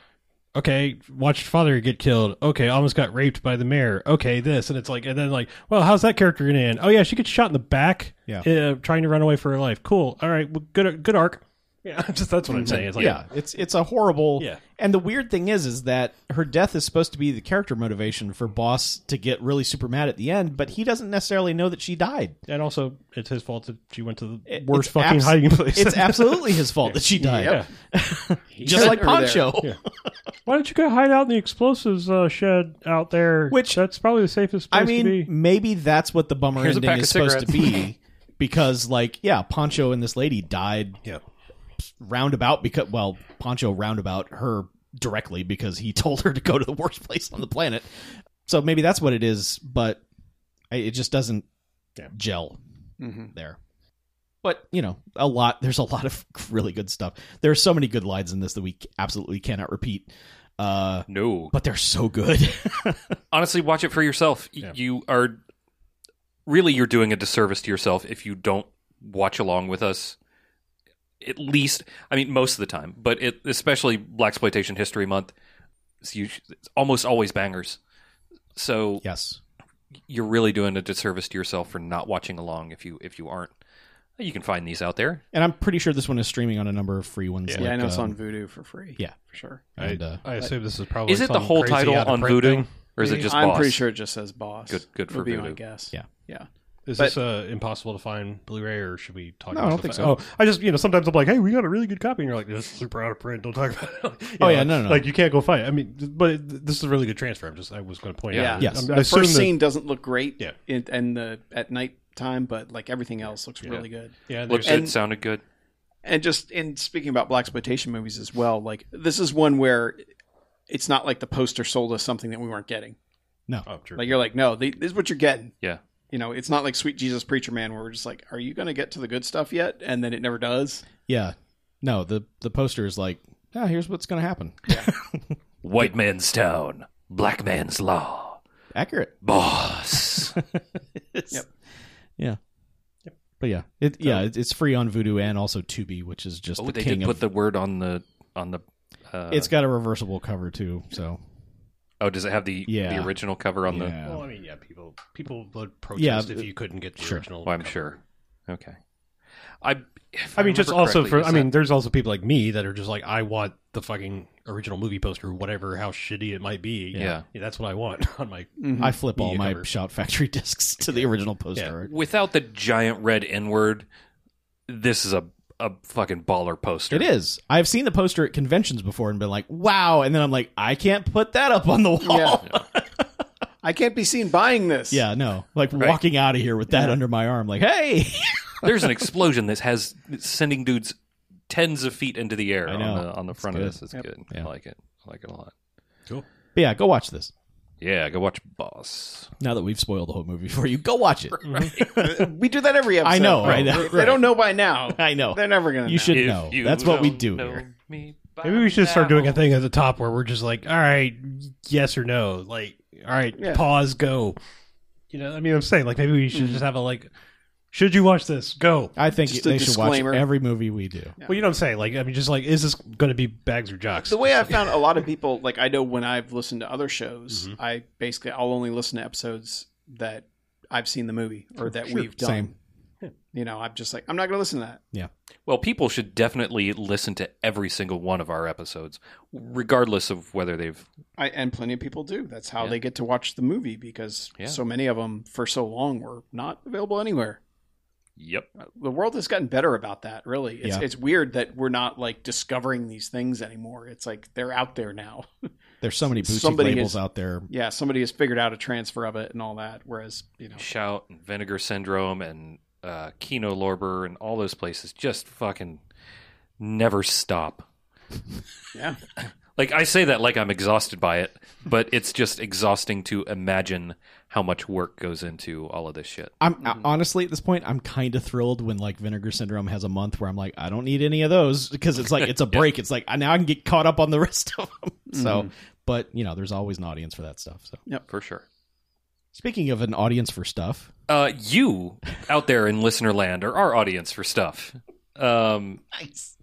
okay, watched father get killed. Okay, almost got raped by the mayor. Okay, this. And it's like, and then like, well, how's that character going to end? Oh, yeah, she gets shot in the back. Yeah. Uh, trying to run away for her life. Cool. All right. Well, good, good arc. Yeah. *laughs* Just, that's what I'm saying. It's like, Mm-hmm. yeah, it's it's a horrible. Yeah. And the weird thing is, is that her death is supposed to be the character motivation for Boss to get really super mad at the end, but he doesn't necessarily know that she died. And also, it's his fault that she went to the It- worst it's fucking abs- hiding place. *laughs* It's absolutely his fault that she died. yeah. Just sent like her Poncho. Why don't you go hide out in the explosives uh, shed out there? Which- that's probably the safest place to I mean, be. maybe that's what the bummer Here's a ending pack is of supposed *laughs* to be, because like, yeah, Poncho and this lady died. Yeah. Roundabout because well, Poncho roundabout her directly because he *laughs* told her to go to the worst place on the planet. So maybe that's what it is, but I- it just doesn't gel Mhm. there. But you know, a lot. There's a lot of *laughs* really good stuff. There are so many good lines in this that we absolutely cannot repeat. Uh, No. but they're so good. *laughs* Honestly, watch it for yourself. Y- You are really you're doing a disservice to yourself if you don't watch along with us. At least, I mean, most of the time, but it, especially Black Exploitation History Month, it's, us- it's almost always bangers. So yes. you're really doing a disservice to yourself for not watching along if you if you aren't. You can find these out there. And I'm pretty sure this one is streaming on a number of free ones. Yeah, I know it's um, on Voodoo for free. yeah. for sure. And, uh, I assume this is probably is it the some whole crazy title out of on print Voodoo, thing? or is it just? I'm Boss? pretty sure it just says boss. Good- good for would be my Voodoo. guess. Yeah. yeah. Is But- this uh, impossible to find Blu-ray, or should we talk? No, about I don't the think fa- so. Oh, I just you know sometimes I'm like, hey, we got a really good copy, and you're like, this is super out of print. Don't talk about it. *laughs* You Oh, know, yeah, no, no, no. Like you can't go find. It. I mean, but it, this is a really good transfer. I'm just I was going to point Yeah. out. Yes. I, I The assume first that- scene doesn't look great. Yeah. in, and the at night time, but like everything else looks really good. Yeah, Looked there's good, And- sounded good. and just in speaking about black exploitation movies as well like this is one where it's not like the poster sold us something that we weren't getting oh, true. like you're like no they, this is what you're getting Yeah. you know it's not like sweet jesus preacher man where we're just like are you going to get to the good stuff yet and then it never does yeah. No, the the poster is like, ah, here's what's going to happen. White man's town, black man's law, *laughs* Accurate. boss. yep. Yeah. But yeah, it, yeah, it, it's free on Voodoo and also Tubi, which is just oh, the they king did of. put the word on the on the. Uh, it's got a reversible cover too, so oh, does it have the Yeah. the original cover on the? yeah. well, I mean, yeah, people people would protest Yeah, if you couldn't get the sure. original. Well, oh, I'm sure. Okay. I. if I mean, just remember also correctly, for. is I mean, that- there's also people like me that are just like, I want the fucking original movie poster, whatever, how shitty it might be. Yeah. that's what I want *laughs* on my. I flip all Media my cover. Shot Factory *laughs* discs to the original poster. art. without the giant red N word, this is a a fucking baller poster. It is. I've seen the poster at conventions before and been like, wow, and then I'm like, I can't put that up on the wall. *laughs* Yeah, i can't be seen buying this no, like walking out of here with that under my arm, like, hey, There's an explosion that has sending dudes tens of feet into the air I on know. the on the front of good. this. It's Yep. good. Yeah. I like it. I like it a lot. But yeah, go watch this. Yeah, go watch Boss. Now that we've spoiled the whole movie *laughs* for you, go watch it. we do that every episode. I know, right? If They don't know by *laughs* now. *laughs* I know. They're never gonna. You should If know. you That's what we don't do know here. me by Maybe we should start doing a now. thing at the top where we're just like, all right, yes or no. Like, all right, Yeah. pause, go. You know, I mean, I'm saying like maybe we Mm-hmm. should just have a like, should you watch this? Go. I think Just a they should watch disclaimer. every movie we do. Well, you know what I'm saying. Like, I mean, just like, is this going to be bags or jocks? The way I found a lot of people, like I know when I've listened to other shows, I basically I'll only listen to episodes that I've seen the movie or that we've done. Same. You know, I'm just like I'm not gonna listen to that. Well, people should definitely listen to every single one of our episodes, regardless of whether they've. I and plenty of people do. That's how Yeah. they get to watch the movie because Yeah. so many of them for so long were not available anywhere. Yep. The world has gotten better about that. Really, it's Yeah. it's weird that we're not like discovering these things anymore. It's like they're out there now. There's so many boutique Somebody labels is- out there. yeah, somebody has figured out a transfer of it and all that. Whereas you know, Shout and Vinegar Syndrome and uh, Kino Lorber and all those places just fucking never stop. yeah, Like I say that like I'm exhausted by it, but it's just exhausting to imagine how much work goes into all of this shit. I'm I- honestly at this point, I'm kind of thrilled when like Vinegar Syndrome has a month where I'm like, I don't need any of those because it's like *laughs* it's a break. It's like I, now I can get caught up on the *laughs* rest of them. So, Mm-hmm. but you know, there's always an audience for that stuff. So, For sure. speaking of an audience for stuff, Uh, you out there in listener land are our audience for stuff. Um, nice.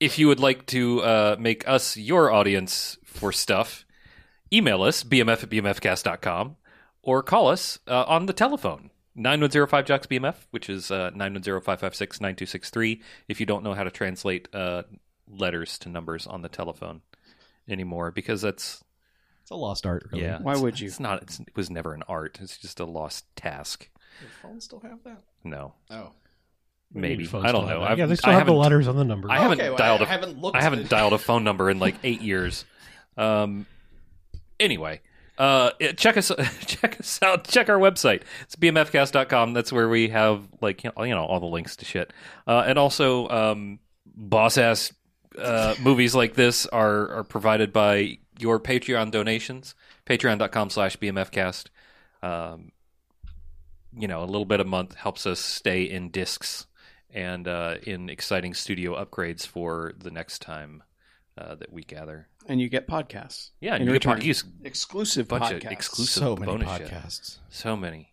if you would like to uh, make us your audience for stuff, email us, bmf at bmfcast.com, or call us uh, on the telephone, 9105 Jocks BMF, which is uh, 910 556 9263, if you don't know how to translate uh, letters to numbers on the telephone anymore, because that's, It's a lost art. Really. yeah. Why it's- would you? It's not, it's, it was never an art, it's just a lost task. Your phone still have that? No. Oh. Maybe. I don't know. I've, yeah, they still I have the haven't- letters on the number. I haven't Okay, well, dialed I a haven't looked I haven't dialed a phone number in like eight years. Um, anyway, uh, yeah, check us *laughs* check us out. Check our website. It's bmfcast.com. That's where we have like you know, you know, all the links to shit, uh, and also um, boss ass uh, movies like this are are provided by your Patreon donations. Patreon.com slash bmfcast. Um, you know, a little bit a month helps us stay in discs and uh, in exciting studio upgrades for the next time uh, that we gather. and you get podcasts. Yeah, in and you can return. produce exclusive bunch of podcasts exclusive- so many bonus shit. podcasts. so many.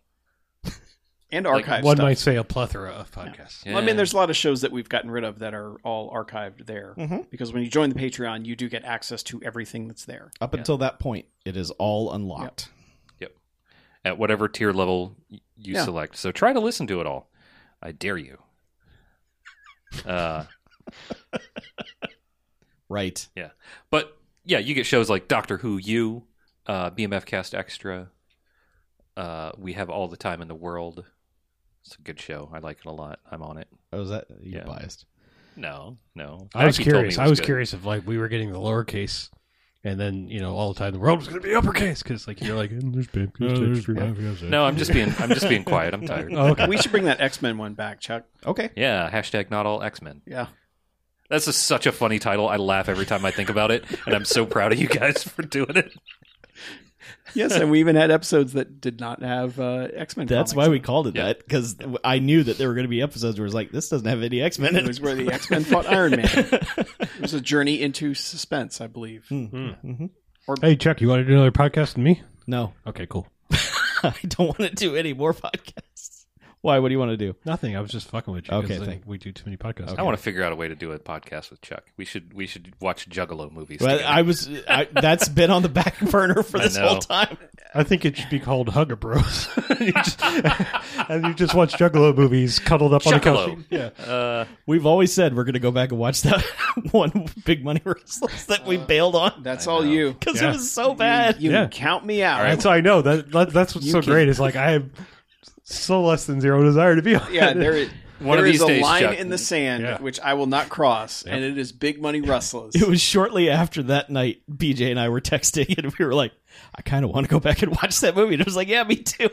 and like, archive One stuff. might say a plethora of podcasts. Well, I mean, there's a lot of shows that we've gotten rid of that are all archived there Mhm. because when you join the Patreon, you do get access to everything that's there. Up until that point, it is all unlocked. at whatever tier level y- you Yeah. select. So try to listen to it all. I dare you. Uh, Right. but yeah, you get shows like Doctor Who, you, uh, BMF Cast Extra. Uh, we have all the time in the world. It's a good show. I like it a lot. I'm on it. Oh, is that you're Yeah. biased? No, no. I was Mikey told me curious. it I was good. curious if like we were getting the lowercase, and then you know all the time the world was going to be uppercase because like you're like "Mm, there's big, there's big, there's big." No, I'm just being. I'm just being *laughs* quiet. I'm tired. Oh, okay. we should bring that X Men one back, Chuck. Okay. Yeah. Hashtag not all X Men. Yeah, That's a, such a funny title. I laugh every time I think about it, and I'm so proud of you guys *laughs* for doing it. yes, and we even had episodes that did not have uh, X Men. That's why we called it Yeah. that because I knew that there were going to be episodes where it's like this doesn't have any X Men. It was where *laughs* the X Men fought Iron Man. It was a journey into suspense, I believe. Mm. Hmm. Hmm. hey Chuck, you want to do another podcast with me? Mm-hmm. *laughs* No, Okay, cool. I don't want to do any more podcasts. Why? What do you want to do? Nothing. I was just fucking with you. Okay, 'cause, like, thank- we do too many podcasts. I want to figure out a way to do a podcast with Chuck. We should we should watch Juggalo movies. Well, together. I was. I, that's been on the back *laughs* burner for I this know. whole time. I think it should be called Hugger Bros. *laughs* You just- and you just watch Juggalo movies cuddled up on Juggalo. the couch. Uh, We've always said we're going to go back and watch that *laughs* one Big Money Wrestlers that we bailed on That's all you. because Yeah. it was so bad. Uh, You Yeah. count me out. That's how I know that, that that's what's You so can- great is like I have so less than zero desire to be on. Yeah, it. there is, *laughs* One of there is these a days, line Chuck. in the sand Yeah. which I will not cross, and it is *laughs* big money wrestlers. It was shortly after that night. BJ *laughs* and I were *laughs* texting, and we were like, "I kind of want to go back and watch that movie." And it was like, "Yeah, me too."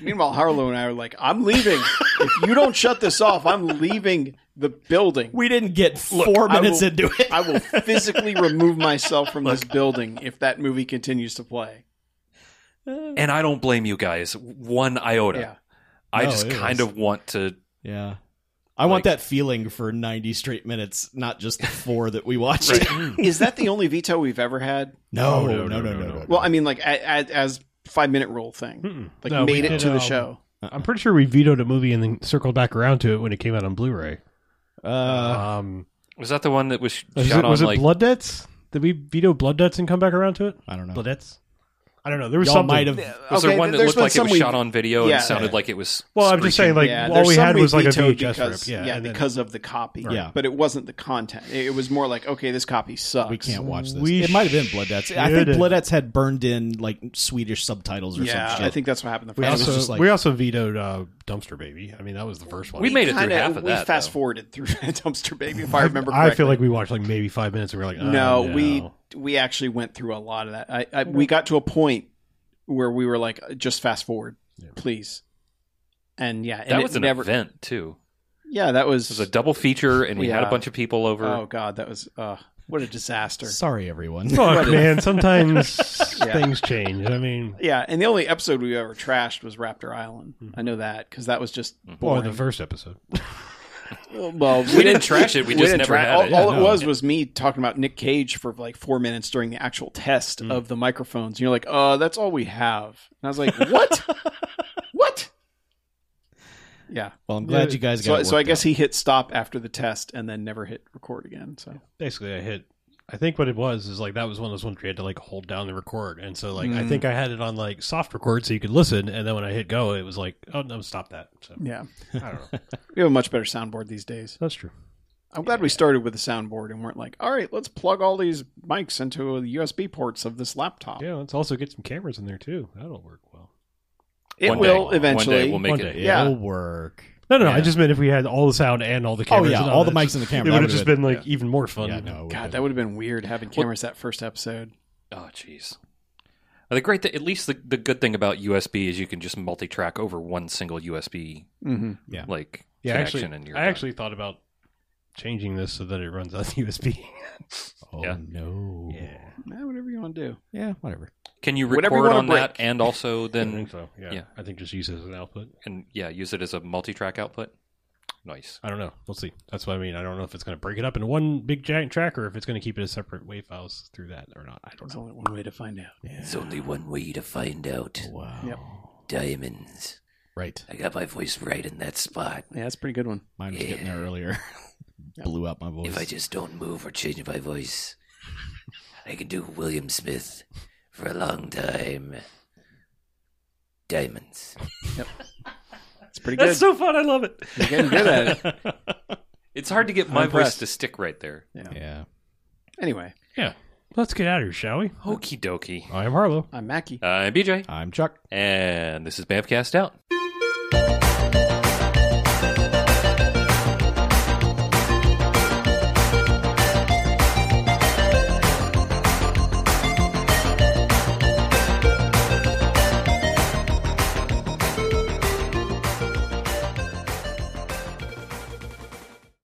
Meanwhile, Harlow and I are like, I'm leaving. if you don't shut this off, I'm leaving the building. We didn't get four I minutes will- into it. I will physically remove myself from this building if that movie continues to play. and I don't blame you guys one iota. Yeah. I No, just it kind is. of want to. yeah. I want that feeling for 90 straight minutes, not just the four that we watched. *laughs* Is that the only veto we've ever had? *laughs* No, Oh, no, no, no, no. Well, I mean, like a a as five minute rule *laughs* thing, Mm-mm. like No, we made it did, to the um, show. I'm pretty sure we vetoed a movie and then circled back around to it when it came out on Blu-ray. Uh, um, Was that the one that was sh- was shot it, on was it like? Blood Debts? Did we veto Blood Debts and come back around to it? I don't know. Blood Debts? I don't know. There was Oh. Y'all something. might have. was Okay, there one th- that looked there's been like it was some we- shot on video Yeah. and sounded like it was? Well, I'm just screeching? saying, like yeah, all there's we some had we was like a vetoed VHS because, rip. Yeah, and then because of the copy. Yeah. but it wasn't the content. It, it was more like, okay, this copy sucks. We can't watch this. We it might have been Blood Debts. I should think have- Blood Debts had burned in like Swedish subtitles or Yeah, some shit. I think that's what happened. The we it was first also just like- we also vetoed uh, Dumpster Baby. I mean, that was the first one. we made it through kinda- half of we that. fast though. forwarded through *laughs* Dumpster Baby, if I remember. I correctly. feel like we watched like maybe five minutes and we were like, oh, no, we we actually went through a lot of that. I, I we got to a point where we were like, just fast forward, please. And yeah, and that it was an never. event too. Yeah, that was, It was a double feature, and we had Yeah. a bunch of people over. Oh god, that was uh, what a disaster. Sorry, everyone. Fuck, man. Sometimes Yeah. things change. I mean, Yeah, and the only episode we ever trashed was Raptor Island. Hmm. I know that because that was just or boring. the first episode. well, we, we didn't trash it. We just didn't never tra- had all, it. all Yeah, it no. was was me talking about Nick Cage for like four minutes during the actual test Hmm. of the microphones. And you're like, "Uh, that's all we have." And I was like, "What? *laughs* what?" Yeah. *laughs* Well, I'm glad you guys got So, it so I worked guess out. he hit stop after the test and then never hit record again. So Basically, I hit. I think what it was is like that was one of those ones where you had to like hold down the record, and so like I think I had it on like soft record so you could listen, and then when I hit go, it was like, oh no, stop that. So *laughs* yeah, I don't know. we have a much better soundboard these days. *laughs* That's true. I'm glad we started with the soundboard and weren't like, all right, let's plug all these mics into the USB ports of this laptop. Yeah, let's also get some cameras in there too. That'll work well. It One day. will eventually. One day we'll make One it. day. yeah. It'll work. No, no, no. I Yeah. just meant if we had all the sound and all the Oh cameras. yeah, and all the that, mics and It the would camera. have That just would've been like even more fun. Yeah, no. it God, would've that would have been weird having cameras that first episode. Oh, jeez. Uh, The great, th- at least the, the good thing about USB is you can just multi-track over one single USB Mm-hmm. like Yeah, connection, actually, and you're I done. actually thought about changing this so that it runs on *laughs* USB. Oh Yeah. no. whatever you want to do. Yeah, whatever. can you Whatever you record wanna on that break. and also I then think so. Yeah. Yeah. I think just use it as an output. and yeah use it as a multi-track output? Nice. I don't know. We'll see. That's what I mean. I don't know if it's going to break it up in one big giant track or if it's going to keep it as separate WAV files through that or not. I don't There's know. only one way to find out. It's only one way to find out. Wow. Yep. Diamonds. Right. I got my voice right in that spot. Yeah, that's a pretty good one. Mine was getting there earlier. Blew out my voice. If I just don't move or change my voice, I can do William Smith for a long time. Diamonds. It's pretty good. That's so fun. I love it. You're getting good at *laughs* it. It's hard to get my voice impressed. to stick right there. yeah. Anyway, Yeah. Let's get out of here, shall we? Okie dokie. I am Harlow. I'm Mackie. Uh, I'm BJ, I'm Chuck. and this is Bamfcast out.